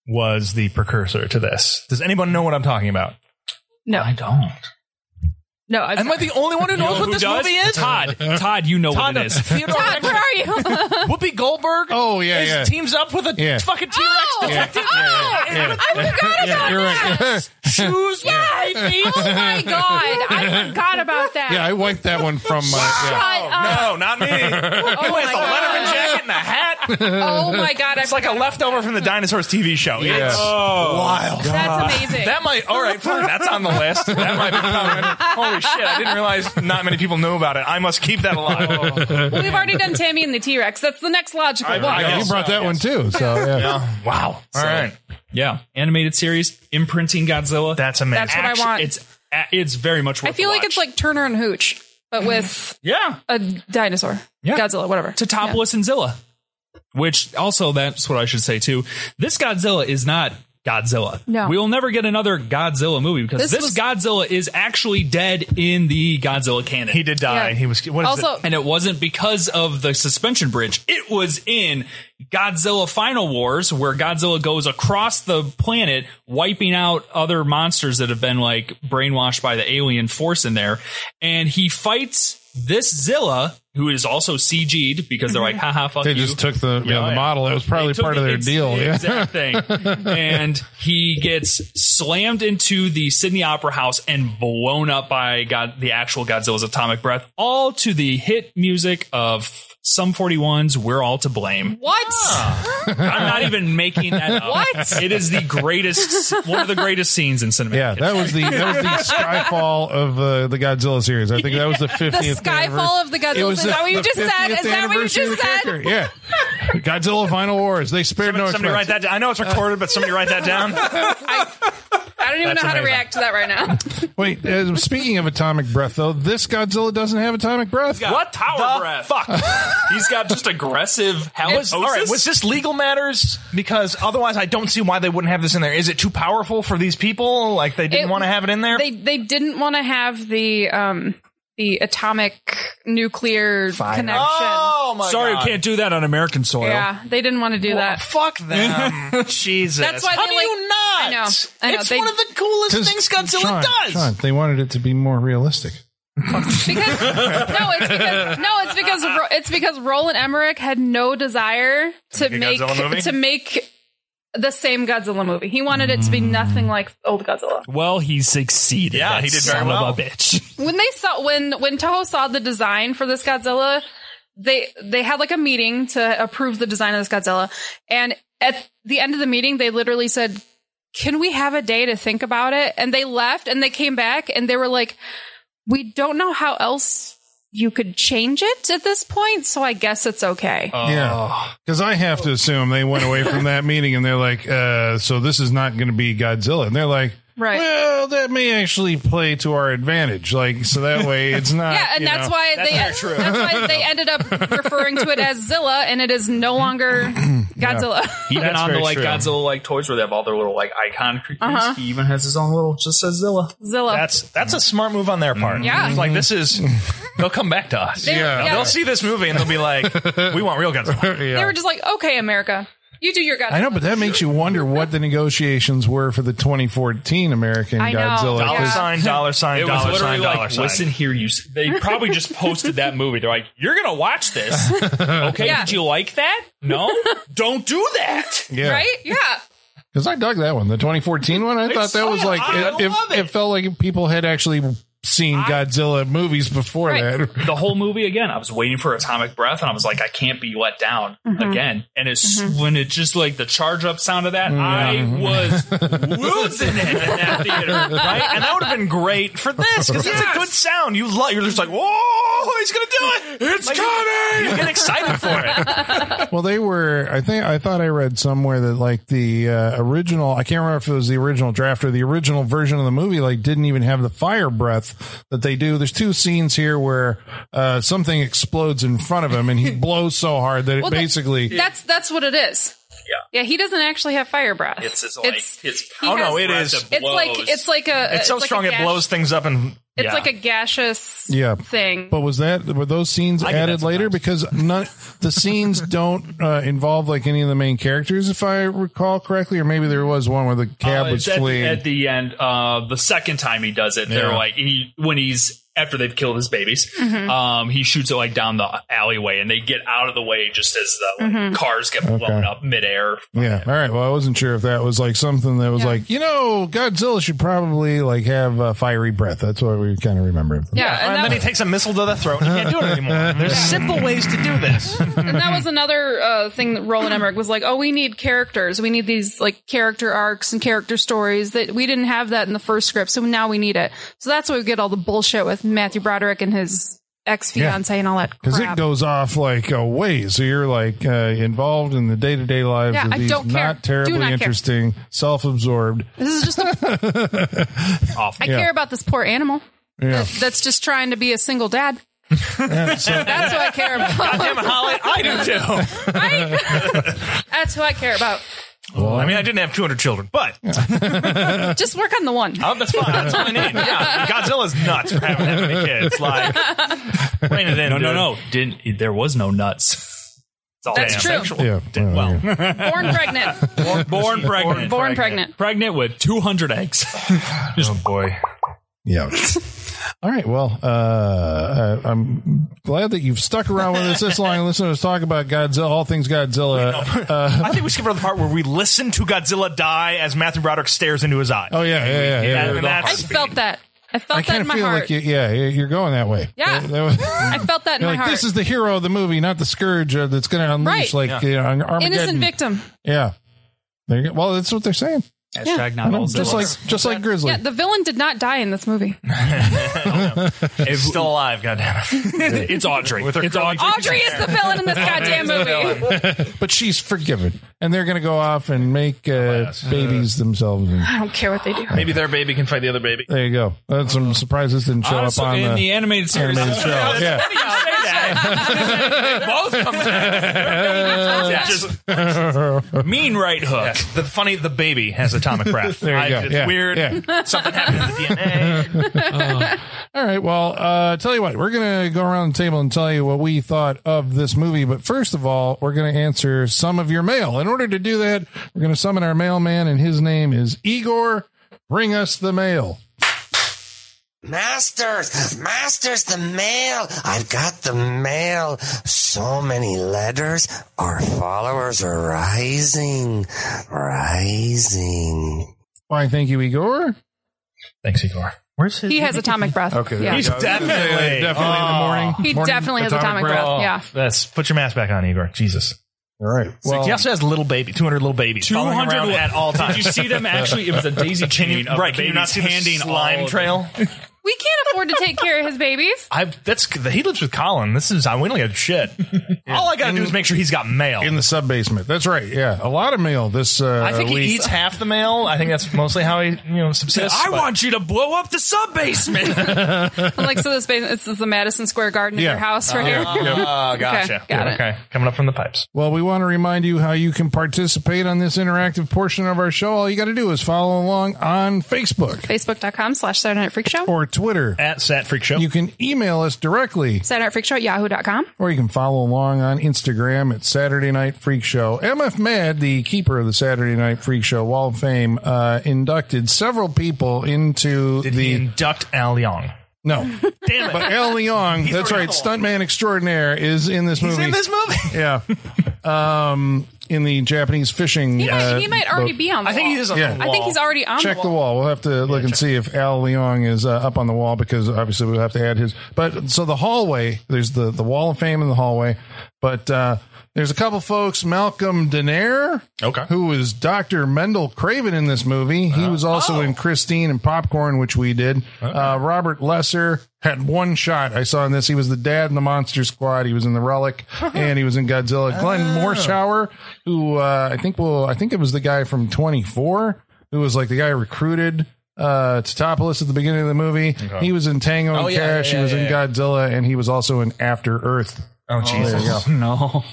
was the precursor to this. Does anyone know what I'm talking about?
No.
don't.
No. I
Am I
was,
the only one who knows what
who
this
does?
movie is?
Todd. Todd, you know what it is.
Theodore
Todd, where are you?
Whoopi Goldberg.
Oh, yeah,
is-
yeah.
Teams up with a
Yeah.
fucking T Rex
oh,
detective.
oh,
Yeah.
I forgot about
You're
that.
right.
Shoes.
Yes. Oh my god, I forgot about that.
yeah, I wiped that one from uh, my.
Shut up.
No, not me. With
Oh, my
a Letterman
god.
jacket and a hat.
oh my god, I
It's like a leftover from the dinosaurs TV show.
Yeah.
It's wild.
That's amazing.
That might. All right, fine. That's on the list. That might be coming. Holy shit! I didn't realize not many people knew about it. I must keep that alive.
We've already done Tammy and the T Rex. That's the next logical
I-
one.
Yeah,
I
you
guess
brought
so,
that
yes.
one too. So yeah.
Wow. All right.
Yeah. Animated series, imprinting Godzilla.
That's amazing.
That's what I want.
It's it's very much worth
I feel
the
like it's
watch.
like Turner and Hooch, but with
Yeah.
a dinosaur, Godzilla, whatever.
Totopoulos and Zilla. Which also, that's what I should say too. This Godzilla is not Godzilla.
No.
we will never get another Godzilla movie because
This
this,
was-
Godzilla is actually dead in the Godzilla canon.
He did die.
Yeah.
He was what is
Also,
it?
and it wasn't because of the suspension bridge. It was in Godzilla Final Wars, where Godzilla goes across the planet, wiping out other monsters that have been like brainwashed by the alien force in there. And he fights this Zilla, who is also CG'd because they're like, haha, fuck
They
you.
just took the, you know,
oh,
Yeah.
the model. It was probably
They took
part of their
the ex-
deal.
the
Yeah.
Exact thing. and he gets slammed into the Sydney Opera House and blown up by God, the actual Godzilla's atomic breath, all to the hit music of some 41's We're All to Blame.
What?
I'm not even making that up.
What?
It is the greatest, one of the greatest scenes in cinema.
Yeah, that was the that was the Skyfall of uh, the Godzilla series. I think that was the
The
fiftieth.
skyfall of the
It
Godzilla.
was
Is
the-
that what you
the
just said?
50th
Is that what you
anniversary of
just
the
said?
character. Yeah, Godzilla Final Wars. They spared no
somebody write
expense.
that. Down. I know it's recorded, but somebody write that down.
I don't even know how to
amazing.
react to that right now.
Wait, uh, speaking of atomic breath, though, this Godzilla doesn't have atomic breath.
What tower
The
breath?
Fuck.
He's got just aggressive halitosis.
Was, all right, was this legal matters? Because otherwise, I don't see why they wouldn't have this in there. Is it too powerful for these people? Like they didn't
It-
want to have it in there.
They they didn't want to have the um the atomic nuclear connection.
oh my
Sorry,
God.
we can't do that on American soil.
Yeah, they didn't want to do
Well,
that.
Fuck them. Jesus.
That's why
How
they,
do
like-
you not?
I know, I know.
It's
They-
one of the coolest
'Cause
things Godzilla
Sean,
does.
Sean, they wanted it to be more realistic.
because no, it's because no, it's because Ro- it's because Roland Emmerich had no desire to make,
make a Godzilla movie?
to make the same Godzilla movie. He wanted it to
Hmm.
be nothing like old Godzilla.
Well, he succeeded.
Yeah,
that
he did very
son
well.
Of a bitch.
When they saw when when Toho saw the design for this Godzilla, they they had like a meeting to approve the design of this Godzilla, and at the end of the meeting, they literally said, "Can we have a day to think about it?" And they left, and they came back, and they were like, "We don't know how else." You could change it at this point, so I guess it's okay.
Uh, Yeah, because I have to assume they went away from that meeting and they're like, uh, so this is not going to be Godzilla, and they're like.
Right.
Well, that may actually play to our advantage. Like, so that way it's not.
Yeah, and
you
that's
know-
why they that's, why they ended up referring to it as Zilla, and it is no longer Godzilla.
Even
That's
on the
very
like
true.
Godzilla like toys where they have all their little like icon creatures, he even has his own little just says Zilla.
Zilla.
That's that's a smart move on their part.
Mm-hmm. Yeah.
It's like this is they'll come back to us.
They were-
yeah.
They'll see this movie and they'll be like, "We want real Godzilla."
Yeah.
They were just like, okay, America, you do your Godzilla.
I know, but that makes you wonder what the negotiations were for the 2014 American
I know,
Godzilla.
yeah.
Dollar
'cause
sign, dollar sign,
It was
dollar
literally
sign, dollar
like,
sign.
listen here, you. s-" They probably just posted that movie. They're like, you're gonna watch this, okay?
Yeah.
Did you like that? No, don't do that.
Yeah,
right? Yeah.
Because I dug that one, the 2014 one. I thought that
so
oh,
was like
hot.
it,
I love
it.
it.
felt like people had actually seen Godzilla movies before
Right.
that.
The whole movie again. I was waiting for Atomic Breath, and I was like, I can't be let down again. And it's when it just like the charge up sound of that, I was losing it in that theater.
right? And that would have been great for this because it's a good sound. You love, you're just like, "Whoa, he's gonna do it! It's coming!" You get excited for it.
Well, they were. I think I thought I read somewhere that like the uh, original. I can't remember if it was the original draft or the original version of the movie. Like, didn't even have the fire breath that they do. There's two scenes here where uh, something explodes in front of him, and he blows so hard that it
Well, that-
basically.
That's that's what it is. Yeah. Yeah. He doesn't actually have fire breath.
It's just like it's,
he
oh
has-
no, it
breath
is.
that
it's like it's like a
It's so
like a
strong it
gash-
blows things up and
It's
yeah.
like a gaseous
Yeah.
thing.
But was that were those scenes
get
added
that
later? Because none the scenes don't uh, involve like any of the main characters, if I recall correctly, or maybe there was one where the cab
Uh,
was
it's at,
fleeing.
at the end, uh, the second time he does it, they're
Yeah.
like he when he's after they've killed his babies,
Mm-hmm.
um, he shoots it like down the alleyway, and they get out of the way just as the like,
Mm-hmm.
cars get blown
Okay.
up midair.
yeah. All right. Well, I wasn't sure if that was like something that was
Oh, Yeah.
like you know Godzilla should probably like have uh, fiery breath. That's what we kind of remember.
yeah,
and,
and,
then he
that,
takes a missile to the throat and he can't do it anymore. There's simple ways to do this.
and that was another uh, thing that Roland Emmerich was like, "Oh, we need characters. We need these like character arcs and character stories that we didn't have that in the first script, so now we need it." So that's why we get all the bullshit with Matthew Broderick and his ex fiance and all that
Because
crap.
it goes off like a way, so you're like uh, involved in the day to day lives
Yeah,
of
I
these
don't care.
not
Do not
terribly
care.
interesting, self absorbed.
this is just a, I care about this poor animal
Yeah,
that's just trying to be a single dad. That's who I care about.
Holly, I do too.
That's who I care about.
I mean, I didn't have 200 children, but
Just work on the one.
oh, that's fine. That's all I need. Yeah. Godzilla's nuts for having that many kids. Like, rein it in.
No, no,
dude.
no. Didn't there was no nuts. It's all
That's true.
Yeah. uh,
Well,
Born pregnant.
Born, born pregnant.
Born pregnant.
Pregnant with 200 eggs.
oh boy.
Yeah. All right. Well, uh, I, I'm glad that you've stuck around with us this long and listened to us talk about Godzilla, all things Godzilla.
I think we skipped over the part where we listen to Godzilla die as Matthew Broderick stares into his eyes.
Oh yeah, yeah, yeah. yeah.
And
yeah.
I
that's-
felt that. I felt
I
that
kind
in
of
my
feel
heart.
like you, yeah, you- you're going that way.
Yeah.
That- that was-
I felt that in
You're
my
like,
heart.
this is the hero of the movie, not the scourge uh, that's going to unleash
Right.
like you know, an Armageddon.
Innocent victim.
Yeah. There you go. Well, that's what they're saying.
Hashtag
I
not
know.
all
Just like
Zillas.
just like Grizzly.
Yeah, the villain did not die in this movie.
He's still alive, goddammit.
it's Audrey.
With her
it's
curly
Audrey.
Audrey is the villain in this goddamn movie.
but she's forgiven, and they're going to go off and make uh, babies themselves. And
I don't care what they do.
Maybe their baby can fight the other baby.
there you go. That's some surprises didn't show
Also,
up on
in
the,
the animated series.
animated show. Yeah.
both come back. Just- mean right hook.
Yes. The funny, the baby has atomic breath.
There you
I-
go.
It's
Yeah,
weird.
yeah.
Something happened to the DNA.
All right. Well, uh, tell you what, we're going to go around the table and tell you what we thought of this movie. But first of all, we're going to answer some of your mail. In order to do that, we're going to summon our mailman, and his name is Igor. Bring us the mail.
Masters, masters, the mail. I've got the mail. So many letters. Our followers are rising, rising.
Why, thank you, Igor.
Thanks, Igor. Where's his?
He has atomic breath.
Okay.
Yeah.
He's definitely,
Definitely in the morning.
Ah.
He
morning
definitely has atomic breath.
Oh,
Yeah.
That's put your mask back on, Igor. Jesus.
All right. Well,
he also has little baby, two hundred little babies, two
200
hundred at all times.
Did you see them actually? It was a daisy chain of
right?
the
Can you
babies
not see
handing
the slime
all of
trail?
We can't afford to take care of his babies.
I that's he lives with Colin. This is I we only got shit. All I gotta do is make sure he's got mail.
in the sub basement. That's right. Yeah. A lot of mail this uh,
I think he
week.
eats half the mail. I think that's mostly how he you know subsists.
I
but-
want you to blow up the sub basement.
I'm like, so this basement, this is the Madison Square Garden in
Yeah.
your house right here.
Oh, gotcha.
Okay, got
Yeah,
it.
okay. coming up from the pipes.
Well, we want to remind you how you can participate on this interactive portion of our show. All you got to do is follow along on Facebook
Facebook.com slash Saturday Night Freak Show.
or Twitter.
At Sat Freak Show.
You can email us directly,
Saturday Night Freak Show at yahoo.com.
or you can follow along on Instagram at Saturday Night Freak Show. MF Mad, the keeper of the Saturday Night Freak Show Wall of Fame, uh, inducted several people into
Did
the
he induct Al Leong?
no.
Damn it.
But Al Leong, that's right, stuntman extraordinaire, is in this movie.
in this movie?
yeah, um, in the Japanese fishing.
He,
uh,
might, he might already
boat.
be on the
I think
wall.
he is on
Yeah.
the
I
wall.
think he's already on
check
the
the
wall.
wal. We'll have to look and see if Al Leong is uh, up on the wall because obviously we'll have to add his. But so the hallway, there's the the wall of fame in the hallway, but uh, there's a couple folks. Malcolm Denaire,
Okay.
who was Doctor Mendel Craven in this movie.
Uh-huh.
He was also
Oh.
in Christine and Popcorn, which we did. Uh, Robert Lesser had one shot I saw in this. He was the dad in the Monster Squad. He was in the Relic, and he was in Godzilla. Glenn
Oh.
Morshower, who uh, I think will I think it was the guy from Twenty Four who was like the guy recruited uh Totopoulos at the beginning of the movie. He was in Tango and
Oh, yeah,
Cash,
yeah,
he was
yeah,
in
yeah.
Godzilla, and he was also in After Earth.
oh, Jesus.
no.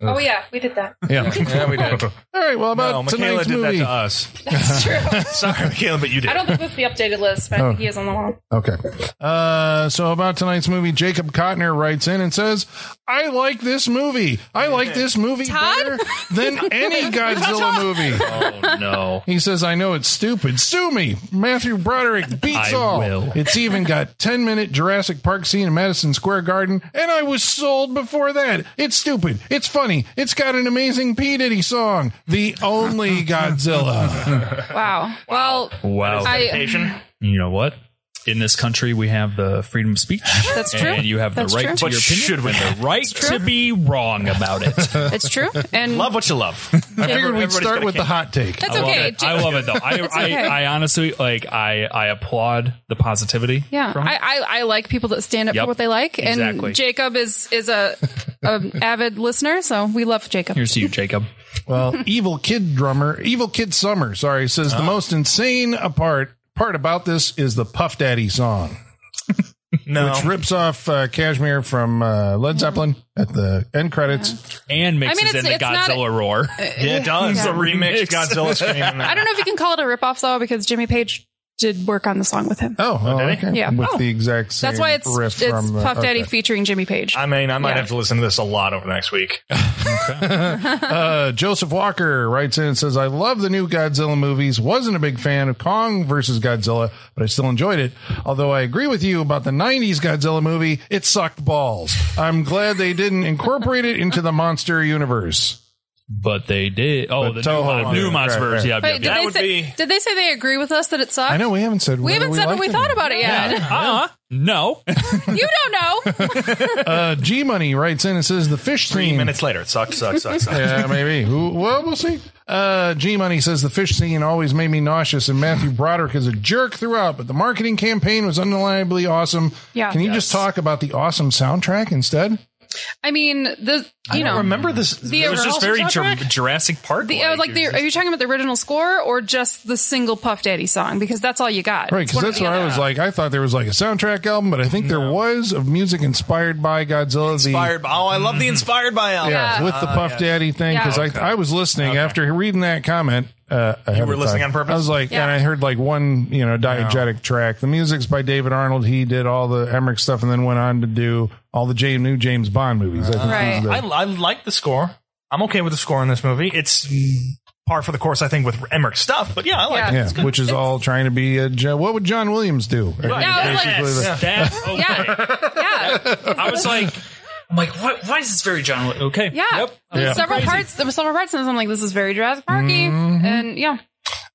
Oh, yeah. We did that.
Yeah.
Yeah, we did.
All right, well about
No, Michaela
tonight's
did
movie.
that to us.
That's true.
Sorry, Michaela, but you did.
I don't think that's the updated list, but I
Oh.
think he is on the wall.
Okay. Uh, so about tonight's movie, Jacob Cotner writes in and says, I like this movie. I like this movie
Todd?
better than any Godzilla movie.
Oh no.
He says, I know it's stupid. Sue me. Matthew Broderick beats
I
all.
will.
It's even got 10 minute Jurassic Park scene in Madison Square Garden, and I was sold before that. It's stupid. It's funny. It's got an amazing P. Diddy song. The only Godzilla.
Wow. Well,
Wow.
I,
you know what? In this country, we have the freedom of speech.
That's true.
And you have
That's
the right
true.
to
But
your opinion
should we
and the right to be wrong about it.
it's true. And
Love what you love.
I figured we'd
Everybody's
start
got a
with the
kid.
hot take.
that's
I love
okay.
it. I love it though. I,
okay.
I, I honestly like. I I applaud the positivity.
Yeah,
from it.
I, I, I like people that stand up
Yep.
for what they like, and
Exactly.
Jacob is is a, a avid listener, so we love Jacob.
Here's to you, Jacob.
Well, Evil Kid Drummer, Evil Kid Summer, sorry, says the most insane apart part about this is the Puff Daddy song.
No.
which rips off uh, Cashmere from uh, Led Zeppelin at the end credits.
and mixes
mean, it's-
in the
it's not-
Godzilla roar.
yeah, it does.
Yeah.
The remix Godzilla scream. in there.
I don't know if you can call it a ripoff though, because Jimmy Page did work on the song with him.
Oh, oh,
did he?
okay.
Yeah.
with
Oh.
the exact same.
That's why it's
riff
it's
from uh, the-
Puff Daddy
okay.
featuring Jimmy Page.
I mean, I might
Yeah.
have to listen to this a lot over the next week.
Uh, Joseph Walker writes in and says, I love the new Godzilla movies. Wasn't a big fan of Kong versus Godzilla, but I still enjoyed it. Although I agree with you about the 90s Godzilla movie, it sucked balls. I'm glad they didn't incorporate it into the monster universe.
But they did. Oh,
But
the new,
Toho-
mon- new
right,
Monsterverse.
right.
Yeah,
Wait,
yeah,
did,
yeah.
they
would
say,
be-
did they say they agree with us that it sucked?
I know we haven't said
We haven't said what we thought about it yet.
Uh-uh. No.
You don't know.
Uh, G Money writes in and says, The fish
Three
scene
minutes later, it sucked, sucked, sucked, sucked.
yeah, Uh, maybe. Who- Well, we'll see. Uh, G Money says the fish scene always made me nauseous, and Matthew Broderick is a jerk throughout, but the marketing campaign was undeniably awesome.
Yeah.
Can you just talk about the awesome soundtrack instead?
I mean, the you know,
Remember this?
the
It was just very Jur- Jurassic Park.
The, I was like, the, are you talking about the original score or just the single Puff Daddy song? Because that's all you got.
Right,
It's
because
one or
that's
the
what I
other.
was like. I thought there was like a soundtrack album, but I think there was of music inspired by Godzilla.
inspired by. Oh, I love the inspired by
The,
album.
yeah,
Yeah.
with the
Uh,
Puff Daddy thing,
Yeah.
because I, I was listening after reading that comment. Uh, you
were listening on purpose?
I was like,
Yeah.
and I heard like one, you know, diegetic track. The music's by David Arnold. He did all the Emmerich stuff and then went on to do all the James, new James Bond movies. I think
Right.
he's the-
I, I like the score. I'm okay with the score in this movie. It's par for the course, I think, with Emmerich's stuff. But yeah, I like
Yeah.
it.
yeah, which is all trying to be a Jo- what would John Williams do?
Yeah, I was like-
Basically the-
That, okay.
Yeah,
Oh, I was like, I'm like, what, why is this very John? Wick? Okay.
yeah. There was several parts. There were several parts, and I'm like, this is very Jurassic Parky,
Mm-hmm.
and yeah,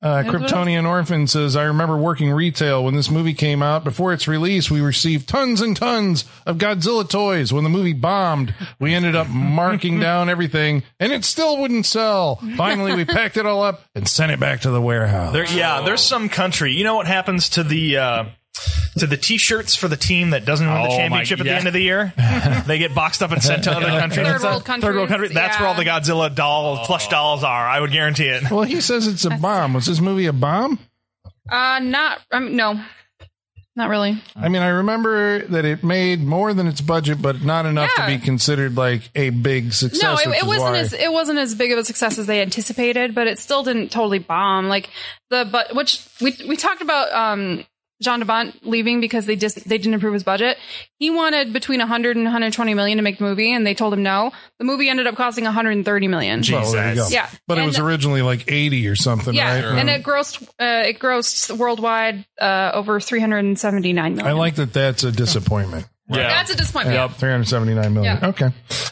Uh, Kryptonian Orphan says, I remember working retail when this movie came out. Before its release, we received tons and tons of Godzilla toys. When the movie bombed, we ended up marking down everything and it still wouldn't sell. Finally, we packed it all up and sent it back to the warehouse.
There, yeah, there's some country. You know what happens to the uh, to the t-shirts for the team that doesn't win the
Oh, my-
championship at
yeah.
the end of the year? they get boxed up and sent to other countries. Oh.
Third world countries,
Third world country. That's where all the
yeah.
Godzilla doll plush dolls are. I would guarantee it.
Well, he says it's a bomb. Was this movie a bomb?
uh, not um, no, not really.
I mean, I remember that it made more than its budget, but not enough
Yeah.
to be considered like a big success.
No, it,
which
it
is
wasn't
why-
as it wasn't as big of a success as they anticipated, but it still didn't totally bomb. Like the but which we we talked about um John Devont leaving because they just they didn't approve his budget. He wanted between 100 and 120 million to make the movie, and they told him no. The movie ended up costing 130 million.
Well, there you go.
Yeah.
But it
And-
was originally like 80 or something,
Yeah,
right?
and it grossed uh, it grossed worldwide uh, over 379 million.
I like that that's a disappointment.
that's a disappointment.
Yep, 379 million.
Yeah.
Okay.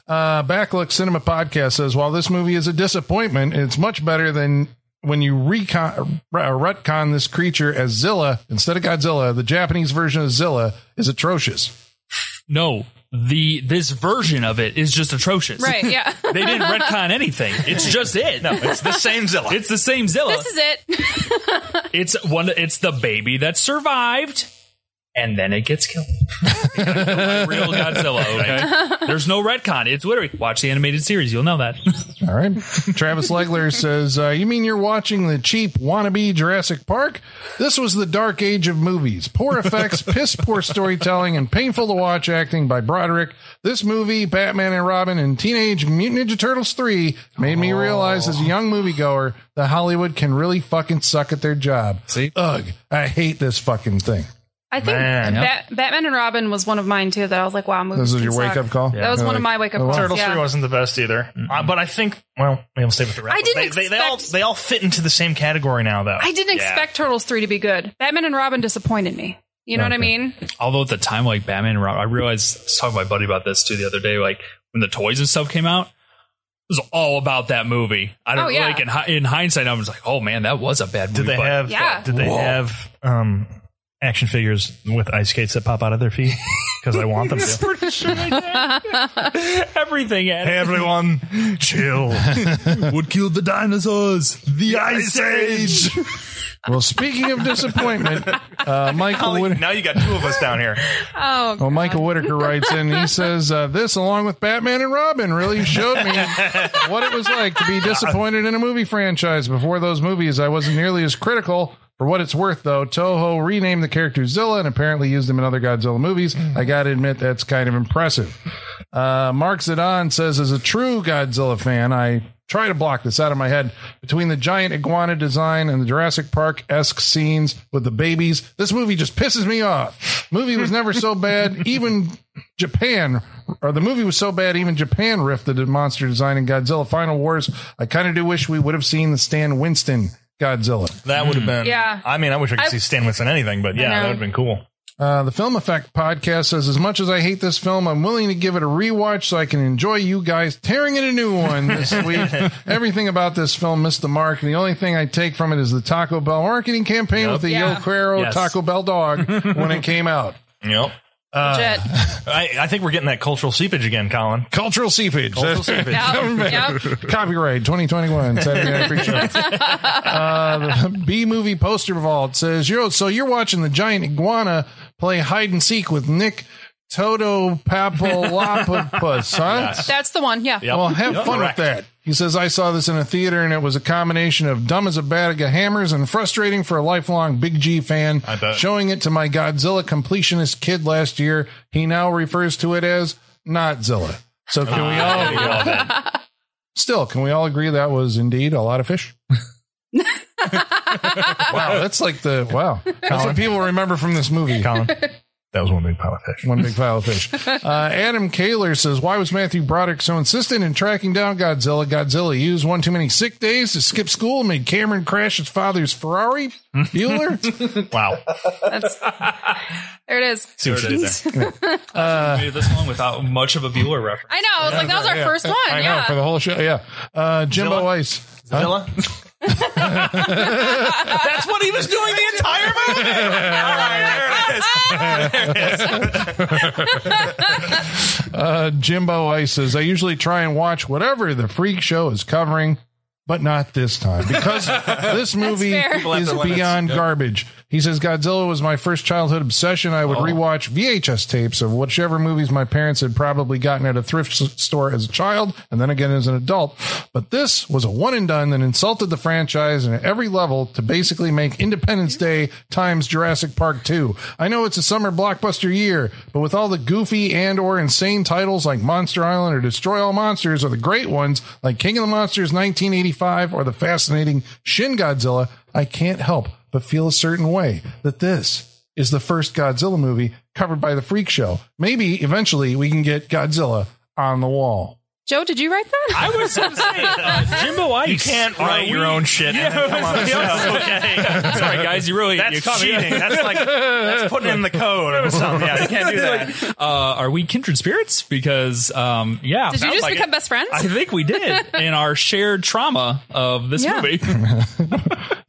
Uh, Backlook Cinema Podcast says while this movie is a disappointment, it's much better than when you recon, uh, retcon this creature as Zilla instead of Godzilla. The Japanese version of Zilla is atrocious.
No, the this version of it is just atrocious.
Right? Yeah,
They didn't retcon anything. It's just it. No,
It's the same Zilla.
it's the same Zilla.
this is it.
it's one. It's the baby that survived, and then it gets killed. Real Godzilla. Okay. There's no retcon. It's literally watch the animated series. You'll know that.
All right. Travis Legler says, uh, You mean you're watching the cheap wannabe Jurassic Park? This was the dark age of movies. Poor effects, piss poor storytelling, and painful to watch acting by Broderick. This movie, Batman and Robin, and Teenage Mutant Ninja Turtles 3 made me realize as a young moviegoer that Hollywood can really fucking suck at their job.
See?
Ugh, I hate this fucking thing.
I think
Man.
Bat- Batman and Robin was one of mine too. That I was like, wow, movies
This is
can
your
suck.
wake up call? Oh,
That was one of my wake up calls.
Turtles
yeah.
Three wasn't the best either, uh, but I think well, we'll stay with the. Rap.
I didn't
They, they, they all
expect-
they all fit into the same category now, though.
I didn't expect Turtles 3 to be good. Batman and Robin disappointed me. You know what I mean?
Although at the time, like Batman and Robin, I realized I was talking to my buddy about this too the other day. Like when the toys and stuff came out, it was all about that movie. I don't
Oh, yeah.
like in, hi- in hindsight, I was like, oh man, that was a bad movie.
Did they
but
have?
Yeah.
Did they have um, action figures with ice skates that pop out of their feet? Because I want them to.
everything? Had
Hey, everyone, chill.
What killed the dinosaurs? The Ice Age.
Well, speaking of disappointment, uh, Michael Wood.
now you got two of us down here.
Oh,
Well, Michael Whitaker writes in. He says, uh, "This, along with Batman and Robin, really showed me what it was like to be disappointed in a movie franchise. Before those movies, I wasn't nearly as critical. For what it's worth, though, Toho renamed the character Zilla and apparently used him in other Godzilla movies. I gotta admit, that's kind of impressive. Uh, Mark Zidon says, as a true Godzilla fan, I try to block this out of my head. Between the giant iguana design and the Jurassic Park esque scenes with the babies, this movie just pisses me off. Movie was never so bad. Even Japan, or the movie was so bad, even Japan riffed the monster design in Godzilla Final Wars. I kind of do wish we would have seen the Stan Winston Godzilla.
That would have been.
Yeah.
I mean, I wish I could
I-
see Stan Winston anything, but yeah, that
know.
would have been cool.
Uh, the Film Effect podcast says, as much as I hate this film, I'm willing to give it a rewatch so I can enjoy you guys tearing it a new one this week. Everything about this film missed the mark, and the only thing I take from it is the Taco Bell marketing campaign with the
Yeah.
Yo Cuero
Yes.
Taco Bell dog when it came out.
Yep.
Legit.
I, I think we're getting that cultural seepage again, Colin.
Cultural seepage.
Cultural seepage.
Yeah. Yep.
Copyright 2021. Saturday Night Freak Show. Uh, the B movie poster vault says, "Yo, so you're watching the giant iguana play hide and seek with Nick Toto Papalopoulos, huh?
That's the one. Yeah.
Well, have fun with that." He says, "I saw this in a theater, and it was a combination of dumb as a bag of hammers and frustrating for a lifelong Big G fan.
I bet.
Showing it to my Godzilla completionist kid last year, he now refers to it as not Zilla. So can we all
There you go, then.
Still, can we all agree that was indeed a lot of fish? wow, that's like the wow. That's what people remember from this movie.
Colin. That was one big pile of fish.
One big pile of fish. Uh, Adam Kaler says, "Why was Matthew Broderick so insistent in tracking down Godzilla? Godzilla used one too many sick days to skip school, and made Cameron crash his father's Ferrari. Bueller.
Wow.
That's, there it is.
See what you did there.
Made it this long without much of a Bueller reference.
I know. I was like, that was our first one.
I know
yeah.
for the whole show. Yeah, uh, Jimbo
Zilla?
Ice.
Zilla? That's what he was doing the entire movie. All right, there it is.
Uh, Jimbo Ice says, I usually try and watch whatever the freak show is covering, but not this time because this movie
fair.
is
People
have their limits.
beyond garbage. He says, Godzilla was my first childhood obsession. I would
Oh.
rewatch VHS tapes of whichever movies my parents had probably gotten at a thrift s- store as a child and then again as an adult. But this was a one and done that insulted the franchise and at every level to basically make Independence Day times Jurassic Park 2. I know it's a summer blockbuster year, but with all the goofy and or insane titles like Monster Island or Destroy All Monsters or the great ones like King of the Monsters 1985 or the fascinating Shin Godzilla, I can't help but feel a certain way that this is the first Godzilla movie covered by the freak show. Maybe eventually we can get Godzilla on the wall.
Joe, did you write that?
I was going to say, uh, Jimbo Ice. Uh,
You can't write your own shit. and then come on the show. okay.
Sorry, guys, you really you
That's
caught me.
cheating. That's like that's putting in the code or something. Yeah, you can't do that.
uh, are we kindred spirits? Because um, yeah,
Did you
sounds
just
like
become
it.
best friends?
I think we did in our shared trauma of this
Yeah.
movie.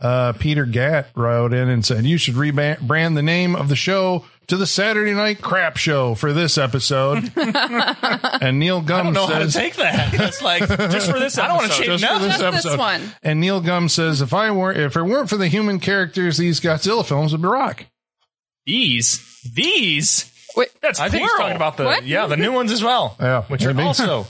Uh, Peter Gatt wrote in and said, You should rebrand the name of the show to the Saturday Night Crap Show for this episode. and Neil Gum
I don't know how to
says,
take that. It's like just for this. I don't want to change.
just for this
Just this
episode.
one.
And Neil Gum says, if I were if it weren't for the human characters, these Godzilla films would be rock.
These, these.
Wait,
That's I think he's talking about the
What?
yeah the new ones as well.
Yeah,
which are
maybe.
also.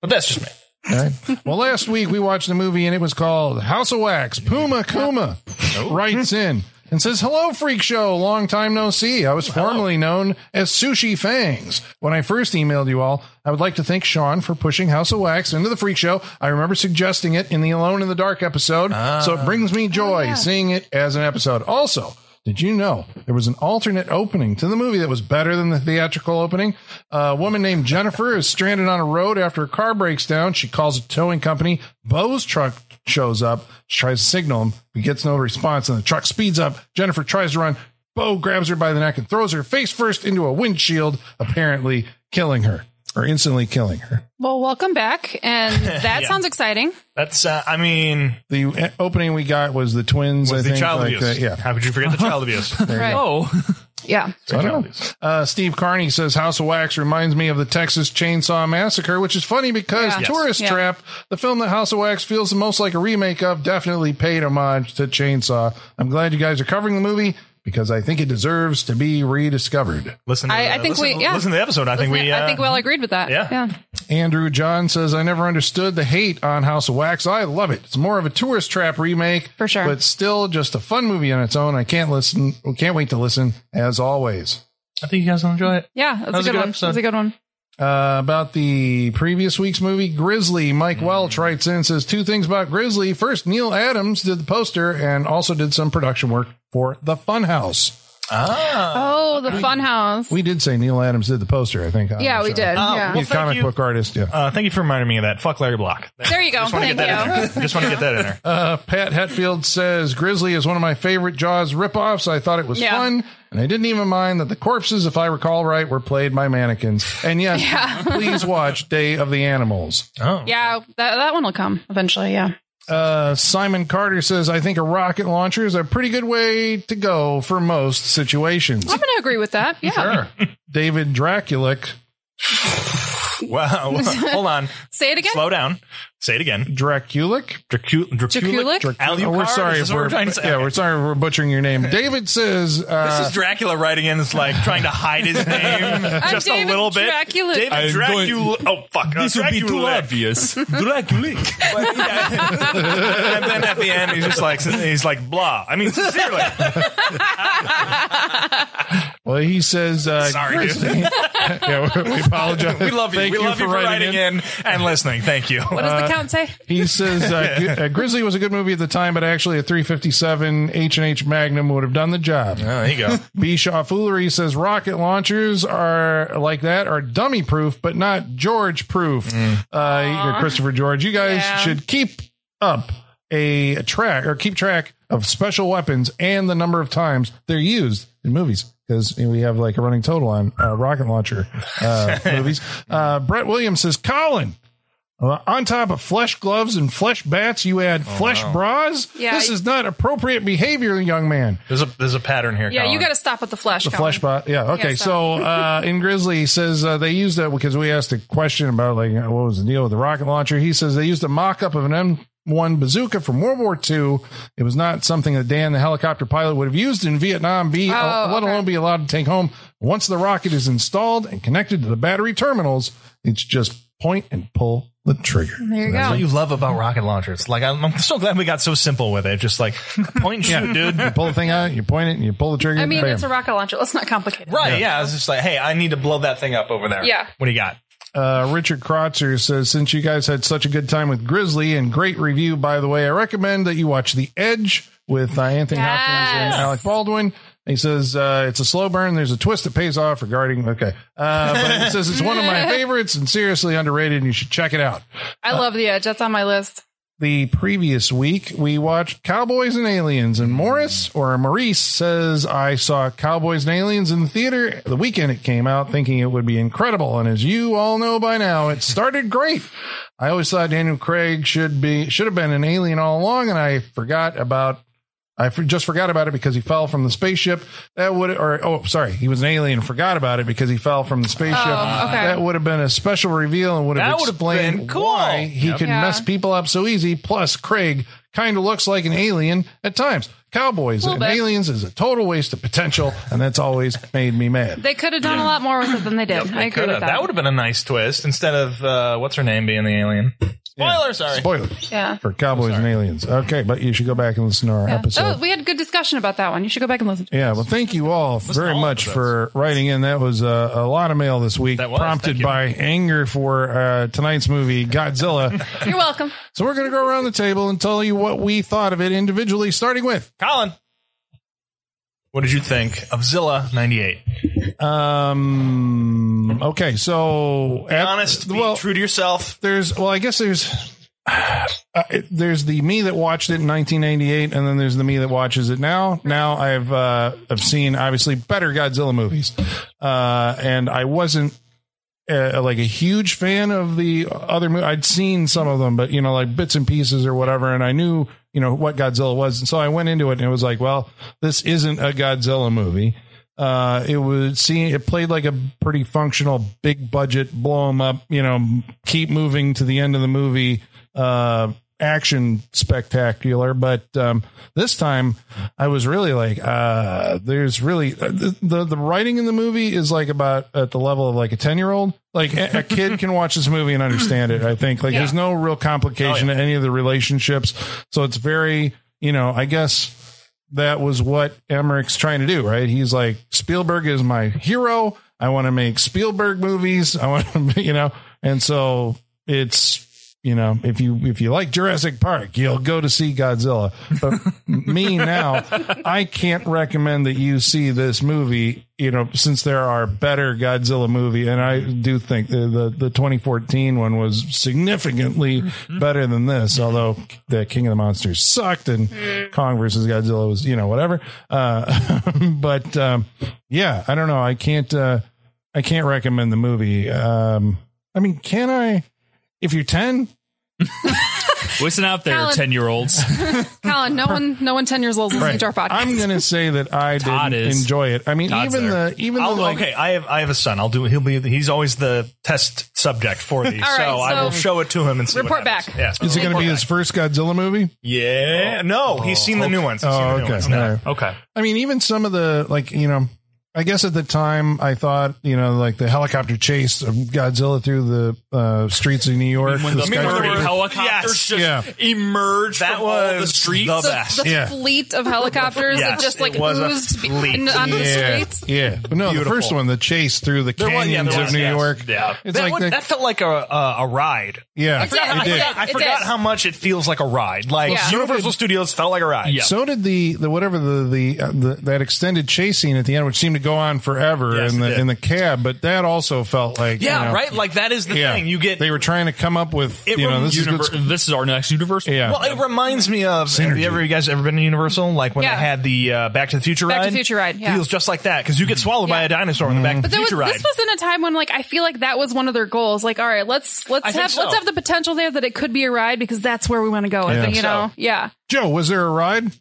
But that's just me.
Right. well, last week we watched a movie and it was called House of Wax. Puma Kuma
Oh.
writes in and says, Hello, Freak Show. Long time no see. I was formerly known as Sushi Fangs. When I first emailed you all, I would like to thank Sean for pushing House of Wax into the Freak Show. I remember suggesting it in the Alone in the Dark episode, so
Ah.
it brings me
Oh,
joy seeing it as an episode. Also, did you know there was an alternate opening to the movie that was better than the theatrical opening? a woman named Jennifer is stranded on a road after a car breaks down. She calls a towing company. Bo's truck shows up. She tries to signal him, but gets no response, and the truck speeds up. Jennifer tries to run. Bo grabs her by the neck and throws her face first into a windshield, apparently killing her or instantly killing her.
Well, welcome back. And that sounds exciting.
That's uh, I mean
The uh, opening we got was the twins.
was
I
the
think,
child
like,
abuse.
uh, yeah.
How could you forget the child abuse?
Right.
Oh,
Yeah.
So I don't know. Uh, Steve Carney says House of Wax reminds me of the Texas Chainsaw Massacre, which is funny because
Yeah.
Tourist
Yes. Yeah.
Trap, the film that House of Wax feels the most like a remake of, definitely paid homage to Chainsaw. I'm glad you guys are covering the movie. because I think it deserves to be rediscovered.
Listen, to,
I-
the-
I think
listen,
we- yeah.
listen to the episode. I think
Listen,
we. Uh,
I think we all agreed with that.
yeah.
yeah.
Andrew John says, I never understood the hate on House of Wax. I love it. It's more of a tourist trap remake.
For sure.
But still just a fun movie on its own. I can't listen. Can't wait to listen as always.
I think you guys will enjoy it.
Yeah, that's a good, one.
episode.
That's a good one.
Uh, about the previous week's movie, Grizzly, Mike Welch writes in, says two things about Grizzly. First, Neil Adams did the poster and also did some production work for The Funhouse.
Oh, the fun house.
We did say Neil Adams did the poster, I think. on
yeah,
the
we
show.
did.
Oh,
yeah.
well,
He's a comic
thank you.
book artist, yeah.
Uh, thank you for reminding me of that. Fuck Larry Block.
there you go.
Just want to
Thank
get that
you.
in there. Just want to get that in there.
Uh, Pat Hetfield says Grizzly is one of my favorite Jaws ripoffs. I thought it was
Yeah.
fun, and I didn't even mind that the corpses, if I recall right, were played by mannequins. And yes, please watch Day of the Animals.
Yeah, that, that one will come eventually. Yeah.
Uh, Simon Carter says I think a rocket launcher is a pretty good way to go for most situations.
I'm going to agree with that. Yeah.
David Draculic,
Wow. Hold on.
Say it again.
Slow down. Say it again.
Draculic.
Dracul-
Draculic?
Draculic? Alucard?
Oh, we're sorry
Is
if
this what
we're,
we're trying to say?
yeah, we're sorry if we're butchering your name. David says uh,
This is Dracula writing in, it's like trying to hide his name just
David
a little bit.
Dracula.
David
I'm going-
Dracula. oh fuck!
This would be too obvious. Draculic.
But, yeah. and then at the end, he's just like he's like blah. I mean, sincerely,
Well, he says, uh,
Sorry, dude.
Grizzly- yeah, we- we apologize.
we love you.
Thank
we love you for writing in. Oh, and listening. Thank you.
what does the count say?
He says, uh, Gri- uh, Grizzly was a good movie at the time, but actually a 357 H&H Magnum would have done the job.
Oh, there you go.
B. Shaw Foolery says, rocket launchers are like that are dummy proof, but not George proof. Uh, Christopher George, you guys
Yeah.
should keep up a track or keep track of special weapons and the number of times they're used in movies. Because we have like a running total on uh, rocket launcher uh, movies. Uh, Brett Williams says, Colin, uh, on top of flesh gloves and flesh bats, you add flesh bras.
Yeah,
this
I-
is not appropriate behavior, young man.
There's a there's a pattern here.
Yeah, you
Colin.
got to stop with the flesh.
The
Colin.
flesh bot. Yeah. Okay.
Yeah,
so
stop.
uh, in Grizzly says uh, they used that because we asked a question about like uh, what was the deal with the rocket launcher. He says they used a mock up of an M. One bazooka from World War II. It was not something that Dan, the helicopter pilot, would have used in Vietnam, be
Oh,
uh, let alone be allowed to take home. Once the rocket is installed and connected to the battery terminals, it's just point and pull the trigger.
There you
That's
go.
what you love about rocket launchers. Like I'm, I'm so glad we got so simple with it. Just like point and shoot, dude.
You pull the thing out, you point it, and you pull the trigger.
I mean,
bam.
it's a rocket launcher. Let's not complicate it.
Right? Yeah. I was just like, hey, I need to blow that thing up over there.
Yeah.
What do you got?
Uh, Richard Krotzer says, since you guys had such a good time with Grizzly and great review, by the way, I recommend that you watch The Edge with uh, Anthony Hopkins
Yes.
and Alec Baldwin. He says, uh, it's a slow burn. There's a twist that pays off regarding. Okay. Uh, but he says, it's one of my favorites and seriously underrated and you should check it out.
I love the edge. That's on my list.
The previous week, we watched Cowboys and Aliens and Morris or Maurice says, I saw Cowboys and Aliens in the theater the weekend it came out thinking it would be incredible. And as you all know by now, it started great. I always thought Daniel Craig should be, should have been an alien all along. And I forgot about, I for- just forgot about it because he fell from the spaceship. That would, or, oh, sorry, he was an alien and forgot about it because he fell from the spaceship.
Uh,
Oh.
Um, okay.
That would have been a special reveal and would have
That would have
explained
been cool.
why he could
Yeah.
mess people up so easy. Plus, Craig kind of looks like an alien at times. Cowboys and
bit.
aliens is a total waste of potential, and that's always made me mad.
They could have done a lot more with it than they did. I agree
Coulda.
with
That,
that.
would have been a nice twist instead of uh, what's her name being the alien. Spoiler, sorry.
Spoilers
Yeah.
for Cowboys and Aliens. Okay, but you should go back and listen to our episode.
Oh, we had a good discussion about that one. You should go back and listen to it.
yeah, well, thank you all very
all
much for
episodes.
writing in. That was uh, a lot of mail this week,
That was, thank
prompted
you.
by anger for uh, tonight's movie, Godzilla.
You're welcome.
so we're going to go around the table and tell you what we thought of it individually, starting with
Colin, what did you think of Zilla '98?
Um. Okay. So,
Be
at-
honest, be
Well,
true to yourself.
there's. Well, I guess there's. Uh, there's the me that watched it in 1998, and then there's the me that watches it now. Now I've uh, I've seen obviously better Godzilla movies, uh, and I wasn't uh, like a huge fan of the other movie. I'd seen some of them, but you know, like bits and pieces or whatever. And I knew, you know, what Godzilla was. And so I went into it and it was like, well, this isn't a Godzilla movie. Uh, it was seen, it played like a pretty functional, big budget, blow 'em up, you know, keep moving to the end of the movie, uh, action spectacular, but um, this time I was really like, uh, there's really uh, the, the the writing in the movie is like about at the level of like a ten year old. Like a, a kid can watch this movie and understand it. I think like there's no real complication to any of the relationships, so it's very you know I guess that was what Emmerich's trying to do, right? He's like Spielberg is my hero. I want to make Spielberg movies. I want to, you know, and so it's you know if you if you like Jurassic Park, you'll go to see Godzilla. But me now, I can't recommend that you see this movie. You know, since there are better Godzilla movie, and I do think the the, the 2014 one was significantly better than this. Although the King of the Monsters sucked, and Kong versus Godzilla was you know whatever. Uh, but um, yeah, I don't know. I can't uh, I can't recommend the movie. Um, I mean, can I? If you're 10,
Listen out there,
Alan-
10 year olds.
Colin, no one, no one ten years old is listening to our podcast.
I'm going to say that I
Todd
didn't
is.
enjoy it. I mean,
Todd's
even
there.
the, even
I'll,
the, like,
okay, I have I have a son. I'll do. He'll be. He's always the test subject for these,
All
so,
right,
I
so-
will show it to him and see. what
Report
happens.
back.
Yeah.
is it going to be his Oh, first Godzilla movie?
Yeah. No, he's seen the new ones. He's seen the new ones.
All
No.
right.
Okay.
I mean, even some of the like, you know, I guess at the time I thought, you know, like the helicopter chase of Godzilla through the uh, streets of New York.
When the
the skyscraper-
furry
were-
helicopters
Yes.
just
Yeah.
emerge
That
from all the
was
streets.
the
the,
best.
the
Yeah.
fleet of helicopters that
Yes,
just like
it was a
oozed be-
fleet.
in- onto
yeah,
the streets.
yeah. But no,
Beautiful.
the first one, the chase through the
was- yeah,
canyons
there
of
was,
New
yes.
York.
Yeah.
it's
that,
like
one,
the,
that felt like a uh, a ride.
did,
yeah.
I
it
forgot, I
did.
forgot how much it feels like a ride. Like
Yeah.
Universal Studios felt like a ride.
Yeah.
So did the the whatever the the, uh, the that extended chase scene at the end, which seemed to go on forever
Yes,
in
it
the
did.
in the cab, but that also felt like you
Yeah,
know,
right. Like that is the
Yeah,
thing. You get.
they were trying to come up with
It
you know this
Univer-
is good,
this is our next universe.
yeah
well, it reminds me of. Have you, ever, you guys ever been to Universal? Like when
Yeah.
they had the uh, Back to the Future ride.
Back to the Future ride, yeah.
feels just like that because you get swallowed by
Yeah.
a dinosaur in
Mm-hmm.
the Back to
But
the
there was,
Future ride.
this was in a time when like I feel like that was one of their goals. Like, all right, let's let's
I think
have let's
so.
have the potential there that it could be a ride because that's where we want to go. with
I
it,
think
you
so.
know, yeah.
Joe was there a ride?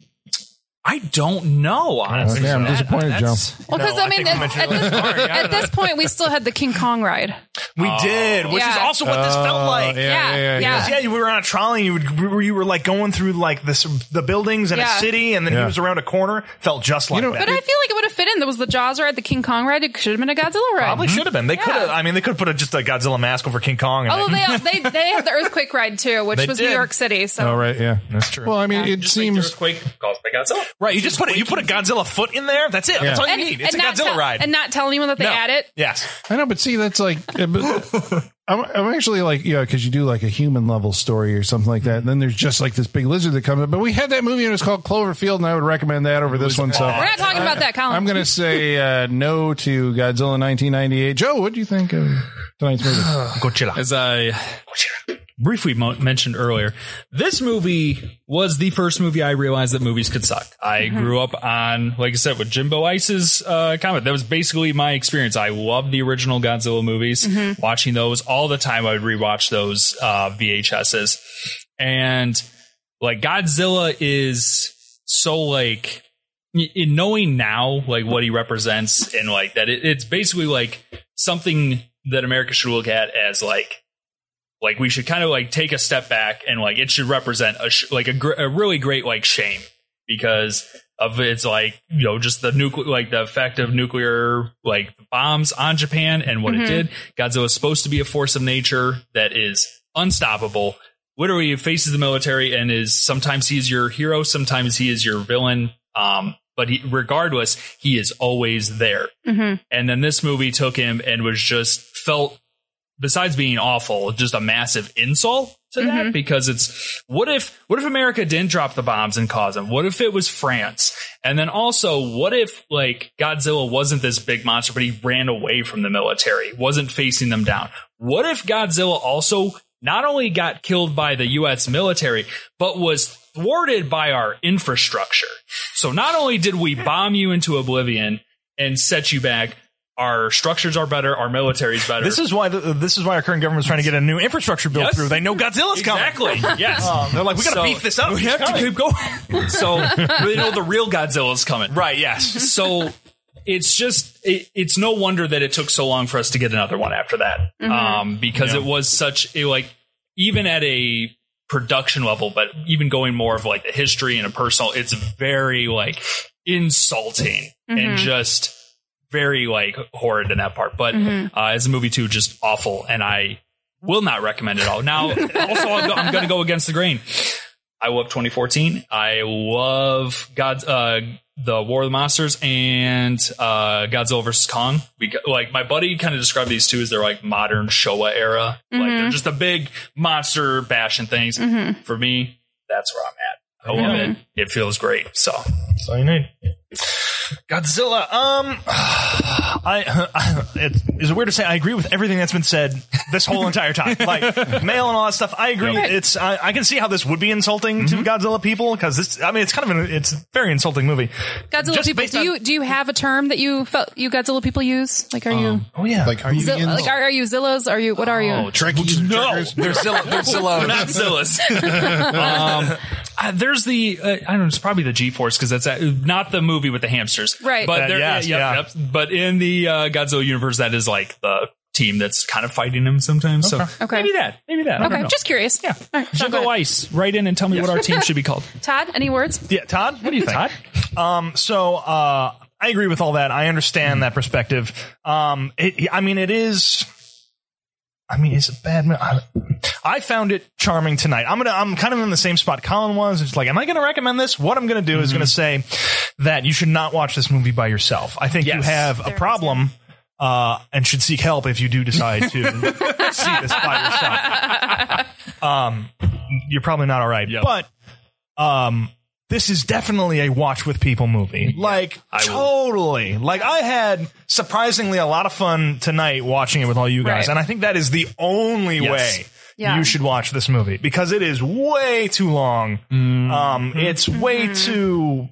I don't know, honestly.
Yeah, I'm
That-
disappointed,
that's-
Well, because
No,
I
I
mean,
think we
at,
mentioned
at
it
this,
last time.
at this point, we still had the King Kong ride.
we
Oh.
did, which is
Yeah.
also what this felt like.
Uh, yeah, yeah, yeah,
Yeah, yeah.
yeah.
Yeah, you were on a trolley. You would, where you were like going through like this the buildings in
Yeah.
a city, and then
Yeah.
he was around a corner. Felt just like
know,
that.
But I feel like it would have fit in. There was the Jaws ride, the King Kong ride. It should have been a Godzilla ride.
Mm-hmm.
Probably should have been. They could have. I mean, they could put a, just a Godzilla mask over King Kong. And
Although
like,
they, they they had the earthquake ride too, which
They
was
did.
New York City. So
Oh right, yeah, that's
true.
Well, I mean, it seems
right, you just put it. You put a Godzilla foot in there. That's it. That's all you need. It's a
not
Godzilla
tell-
ride.
and not tell anyone that they
No.
had it.
Yes.
I know, but see, that's like. eh, but- I'm, I'm actually like, yeah, because you do like a human level story or something like that. And then there's just like this big lizard that comes up. But we had that movie and it's called Cloverfield, and I would recommend that over this one. So
We're not talking about that, Colin.
I'm going to say uh, no to Godzilla 1998. Joe, what do you think of tonight's movie?
Godzilla.
as I briefly mo- mentioned earlier, this movie was the first movie I realized that movies could suck. I grew up on, like I said, with Jimbo Ice's uh, comment. That was basically my experience. I loved the original Godzilla movies, watching those all the time. I would rewatch those uh, VHSs. And like Godzilla is so like in- in knowing now like what he represents and like that it, it's basically like something that America should look at as like like we should kind of like take a step back and like it should represent a sh- like a, gr- a really great like shame because of its like you know just the nuclear like the effect of nuclear like bombs on Japan and what it did. Godzilla is supposed to be a force of nature that is unstoppable. Literally faces the military and is sometimes he is your hero, sometimes he is your villain. Um, but he, regardless, he is always there. And then this movie took him and was just felt besides being awful, just a massive insult to that because it's what if what if America didn't drop the bombs and cause them? What if it was France? And then also, what if like Godzilla wasn't this big monster, but he ran away from the military, wasn't facing them down? What if Godzilla also not only got killed by the US military, but was thwarted by our infrastructure? So not only did we bomb you into oblivion and set you back, our structures are better, our military's better.
This is why the, uh, this is why our current government's trying to get a new infrastructure bill
Yes.
through. They know Godzilla's
exactly.
coming. Um,
Yes.
They're like, we gotta
So-
beef this up.
Oh, We have to keep going. So they know the real Godzilla's coming.
Right. Yes.
So it's just it, it's no wonder that it took so long for us to get another one after that. Um, because it was such a like even at a production level, but even going more of like the history and a personal, it's very like insulting and just very like horrid in that part. But uh, as a movie too, just awful, and I will not recommend it all. Now, also, I'm, go- I'm going to go against the grain. I love 2014. I love God's uh, the War of the Monsters and uh, Godzilla vs Kong. We got, like my buddy kind of described these two as they're like modern Showa era. Like they're just a big monster bashing things. For me, that's where I'm at. I love it. It feels great. So
That's all you need. Godzilla. Um, I, it's, it's weird to say. I agree with everything that's been said this whole entire time, like mail and all that stuff. I agree. It's I, I can see how this would be insulting to Godzilla people because this. I mean, it's kind of an it's a very insulting movie.
Godzilla
Just
people.
based
Do
on-
you do you have a term that you felt you Godzilla people use? Like, are
Um,
Oh yeah,
Like, are you
you Zil-
in
like are, are you Zillas? Are you what are you?
Oh,
Trekkies and
no,
Trekkers?
They're Zilla. They're uh,
They're
Zilla.
not Zillas. Oh, um, uh, there's the uh, I don't know. It's probably the G-force because that's uh, not the movie with the hamsters,
Right.
But
Uh,
there,
yes,
yeah,
yeah.
yep, yep. But in the uh, Godzilla universe, that is like the team that's kind of fighting him sometimes. So
Okay.
maybe that, maybe that. I don't
Okay,
know.
just curious. Yeah, All right, Sean, go
Go
ahead.
ice. Write in and tell me what our team should be called.
Todd, any words?
yeah. Todd, what do you think?
Todd?
Um, so uh, I agree with all that. I
Mm.
understand that perspective. Um, it, I mean, it is. I mean, it's a bad. mo- I, I found it charming tonight. I'm gonna. I'm kind of in the same spot Colin was. It's like, am I gonna recommend this? What I'm gonna do is gonna
Mm-hmm.
say that you should not watch this movie by yourself. I think you
Yes.
have a problem. Uh, and should seek help if you do decide to see this by yourself you're probably not all right.
Yep.
But um this is definitely a watch with people movie. Like
I will-
totally. Like I had surprisingly a lot of fun tonight watching it with all you guys.
Right.
And I think that is the only
Yes.
way
Yeah.
you should watch this movie because it is way too long.
Mm-hmm.
Um it's way too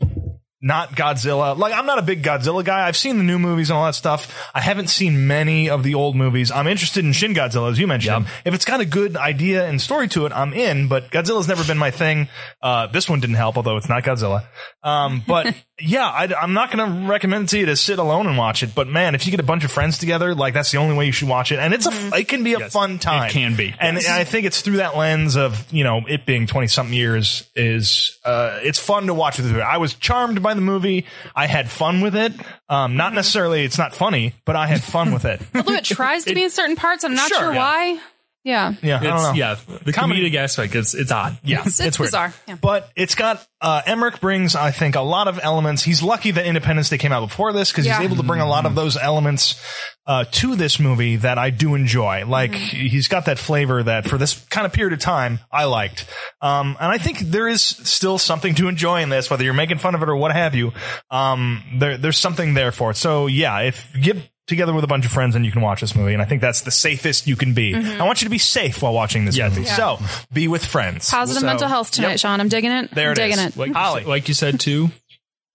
not Godzilla. Like I'm not a big Godzilla guy. I've seen the new movies and all that stuff. I haven't seen many of the old movies. I'm interested in Shin Godzilla, as you mentioned. If it's got a good idea and story to it, I'm in. But Godzilla's never been my thing. Uh, this one didn't help, although it's not Godzilla. Um, but yeah, I, I'm not going to recommend it to you to sit alone and watch it. But man, if you get a bunch of friends together, like that's the only way you should watch it. And it's a, it can be a fun
Mm-hmm.
time.
It can be.
And I think it's through that lens of you know it being twenty something years is uh, it's fun to watch with the movie. I was charmed by the movie. I had fun with it. Um, not necessarily it's not funny, but I had fun with it.
Although it tries to be in certain parts, I'm not
Sure,
sure,
yeah.
why. Yeah,
Yeah, I don't know.
It's, yeah, the
Comedy-
comedic aspect. It's it's odd.
Yeah,
it's, it's
weird.
bizarre. Yeah.
But it's got uh, Emmerich brings, I think, a lot of elements. He's lucky that Independence Day came out before this because
Yeah.
he's able to bring a lot of those elements uh, to this movie that I do enjoy. Like
Mm-hmm.
he's got that flavor that for this kind of period of time I liked, um, and I think there is still something to enjoy in this, whether you're making fun of it or what have you. Um, there, there's something there for it. So yeah, if get together with a bunch of friends and you can watch this movie and i think that's the safest you can be
Mm-hmm.
i want you to be safe while watching this movie so be with friends
Positive
So-
mental health tonight, Sean. I'm digging it.
There
I'm
it
digging
is.
it.
Like
Ollie.
like you said too,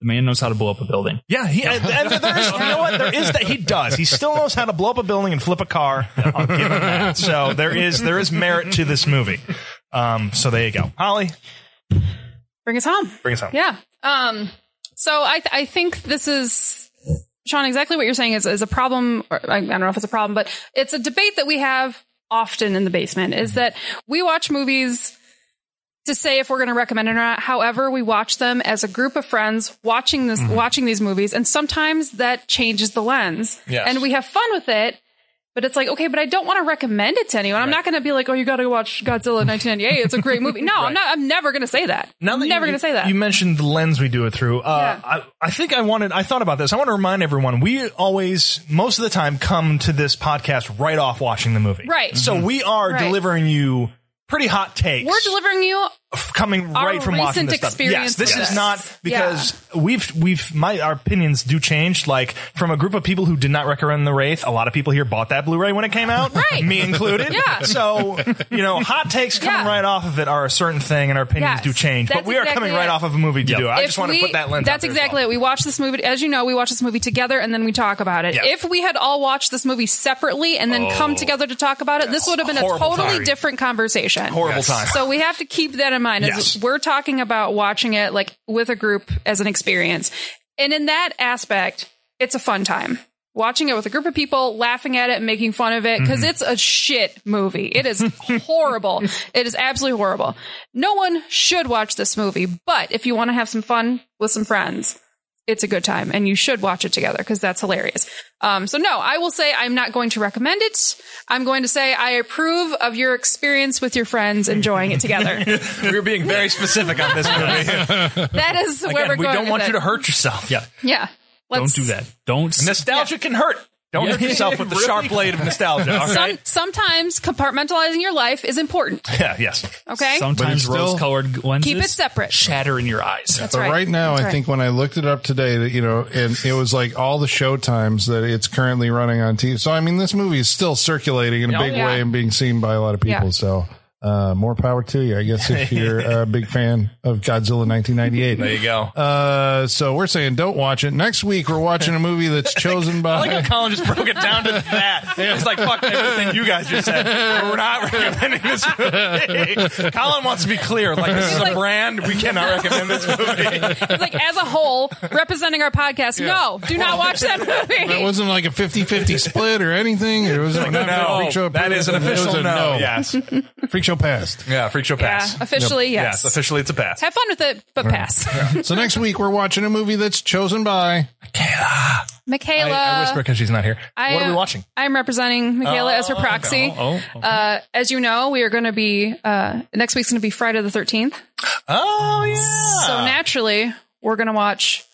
the man knows how to blow up a building.
Yeah, he, and, and there is, you know what? There is that he does. He still knows how to blow up a building and flip a car. I'll give him that. So there is there is merit to this movie. Um, so there you go, Holly.
Bring us home.
Bring us home.
Yeah. Um. So I th- I think this is Sean. Exactly what you're saying is is a problem. Or I, I don't know if it's a problem, but it's a debate that we have often in the basement.
Mm-hmm.
Is that we watch movies to say if we're going to recommend it or not. However, we watch them as a group of friends watching this
Mm-hmm.
watching these movies, and sometimes that changes the lens.
Yes.
And we have fun with it. But it's like, okay, but I don't want to recommend it to anyone. I'm not going to be like, oh, you got to watch Godzilla 1998. It's a great movie. No, I'm not. I'm never going to say that.
Now that
never
you-
going to say that.
You mentioned the lens we do it through. Uh,
Yeah.
I, I think I wanted, I thought about this. I want to remind everyone we always, most of the time, come to this podcast right off watching the movie.
Right.
So we are
Right.
delivering you pretty hot takes.
We're delivering you
coming
Our
right from watching
recent
this stuff.
experience
Yes, this
with
is
this.
not because we've we've my our opinions do change. Like from a group of people who did not recommend the Wraith, a lot of people here bought that Blu-ray when it came out,
Right.
Me included.
Yeah.
So you know, hot takes coming
Yeah.
right off of it are a certain thing, and our opinions
Yes,
do change. But
that's
we are
exactly
coming right
it.
off of a movie to
Yep.
do. it. I
If
just want
we-
to put that lens.
That's exactly it. We watch this movie, as you know, we watch this movie together and then we talk about it.
Yeah. Oh.
If we had all watched this movie separately and then come together to talk about it, this would have been a
Horrible
totally
time.
different conversation.
Horrible
Yes.
time.
So we have to keep that in mind.
Yes.
As we're talking about watching it like with a group as an experience, and in that aspect, it's a fun time. watching it with a group of people, laughing at it, and making fun of it because
Mm-hmm.
it's a shit movie. It is horrible. it is absolutely horrible. No one should watch this movie, but if you want to have some fun with some friends, it's a good time and you should watch it together because that's hilarious. Um, so no, I will say I'm not going to recommend it. I'm going to say I approve of your experience with your friends enjoying it together.
We're being very specific on this movie.
that is where we're
Again, we
going.
don't
with
want
it.
you to hurt yourself. Yeah.
Yeah.
Don't
Let's-
do that. Don't.
Nostalgia can hurt. Don't
Yeah.
hurt yourself with the sharp blade of nostalgia. All
Some,
right.
sometimes compartmentalizing your life is important.
Yeah, yes.
Okay.
Sometimes
But it's still-
rose-colored lenses
Keep it separate.
Shatter in your eyes.
That's
But
right.
right, now,
That's
I
right.
think when I looked it up today, that you know, and it was like all the show times that it's currently running on TV. So I mean, this movie is still circulating in a
Oh,
big
yeah.
way and being seen by a lot of people.
Yeah.
So uh, more power to you, I guess, if you're a big fan of Godzilla 1998.
There you go.
Uh, so we're saying don't watch it. Next week we're watching a movie that's chosen by.
I like how Colin just broke it down to that. It's like fuck everything you guys just said. We're not recommending this movie. Colin wants to be clear. Like this is a
Like-
brand. We cannot recommend this movie.
like as a whole, representing our podcast. No, do not watch that
it
movie.
wasn't like a 50-50 split or anything. It was not
No,
Freak Show
that is an
It was
official
a
no. Yes,
Freak Show passed.
yeah, freak show
Yeah,
pass.
officially, yes.
Yes, officially it's a pass.
Have fun with it, but pass.
So next week we're watching a movie that's chosen by.
Michaela,
I, I whisper because she's not here.
I uh,
what are we
am-
watching?
I'm representing Michaela as her proxy.
Oh, oh.
Uh, as you know, we are going to be uh, next week's going to be Friday the 13th.
Oh yeah.
So naturally, we're going to watch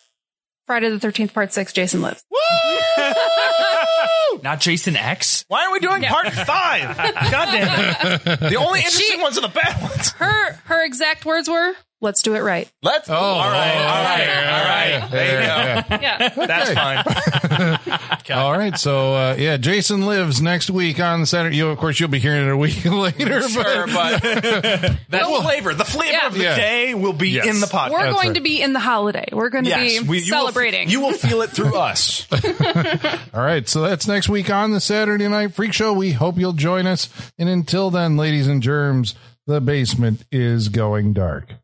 Friday the 13th Part 6 Jason Lives.
not Jason X.
Why are we doing part five? God damn it. The only interesting ones are the bad ones.
Her her exact words were, "Let's do it right."
Let's. Oh, all right, all right, all right. There you go.
Yeah.
That's fine.
All right, so uh, yeah, Jason lives next week on Saturday. You, of course, you'll be hearing it a week later.
Sure, but that flavor, the flavor
Yeah.
of the
Yeah.
day will be
Yes.
in the podcast.
We're going
right.
to be in the holiday. We're going to
yes,
be
we- you will f-
celebrating.
you will feel it through us.
All right, so that's next week on the Saturday Night Freak Show. We hope you'll join us. And until then, ladies and germs, the basement is going dark.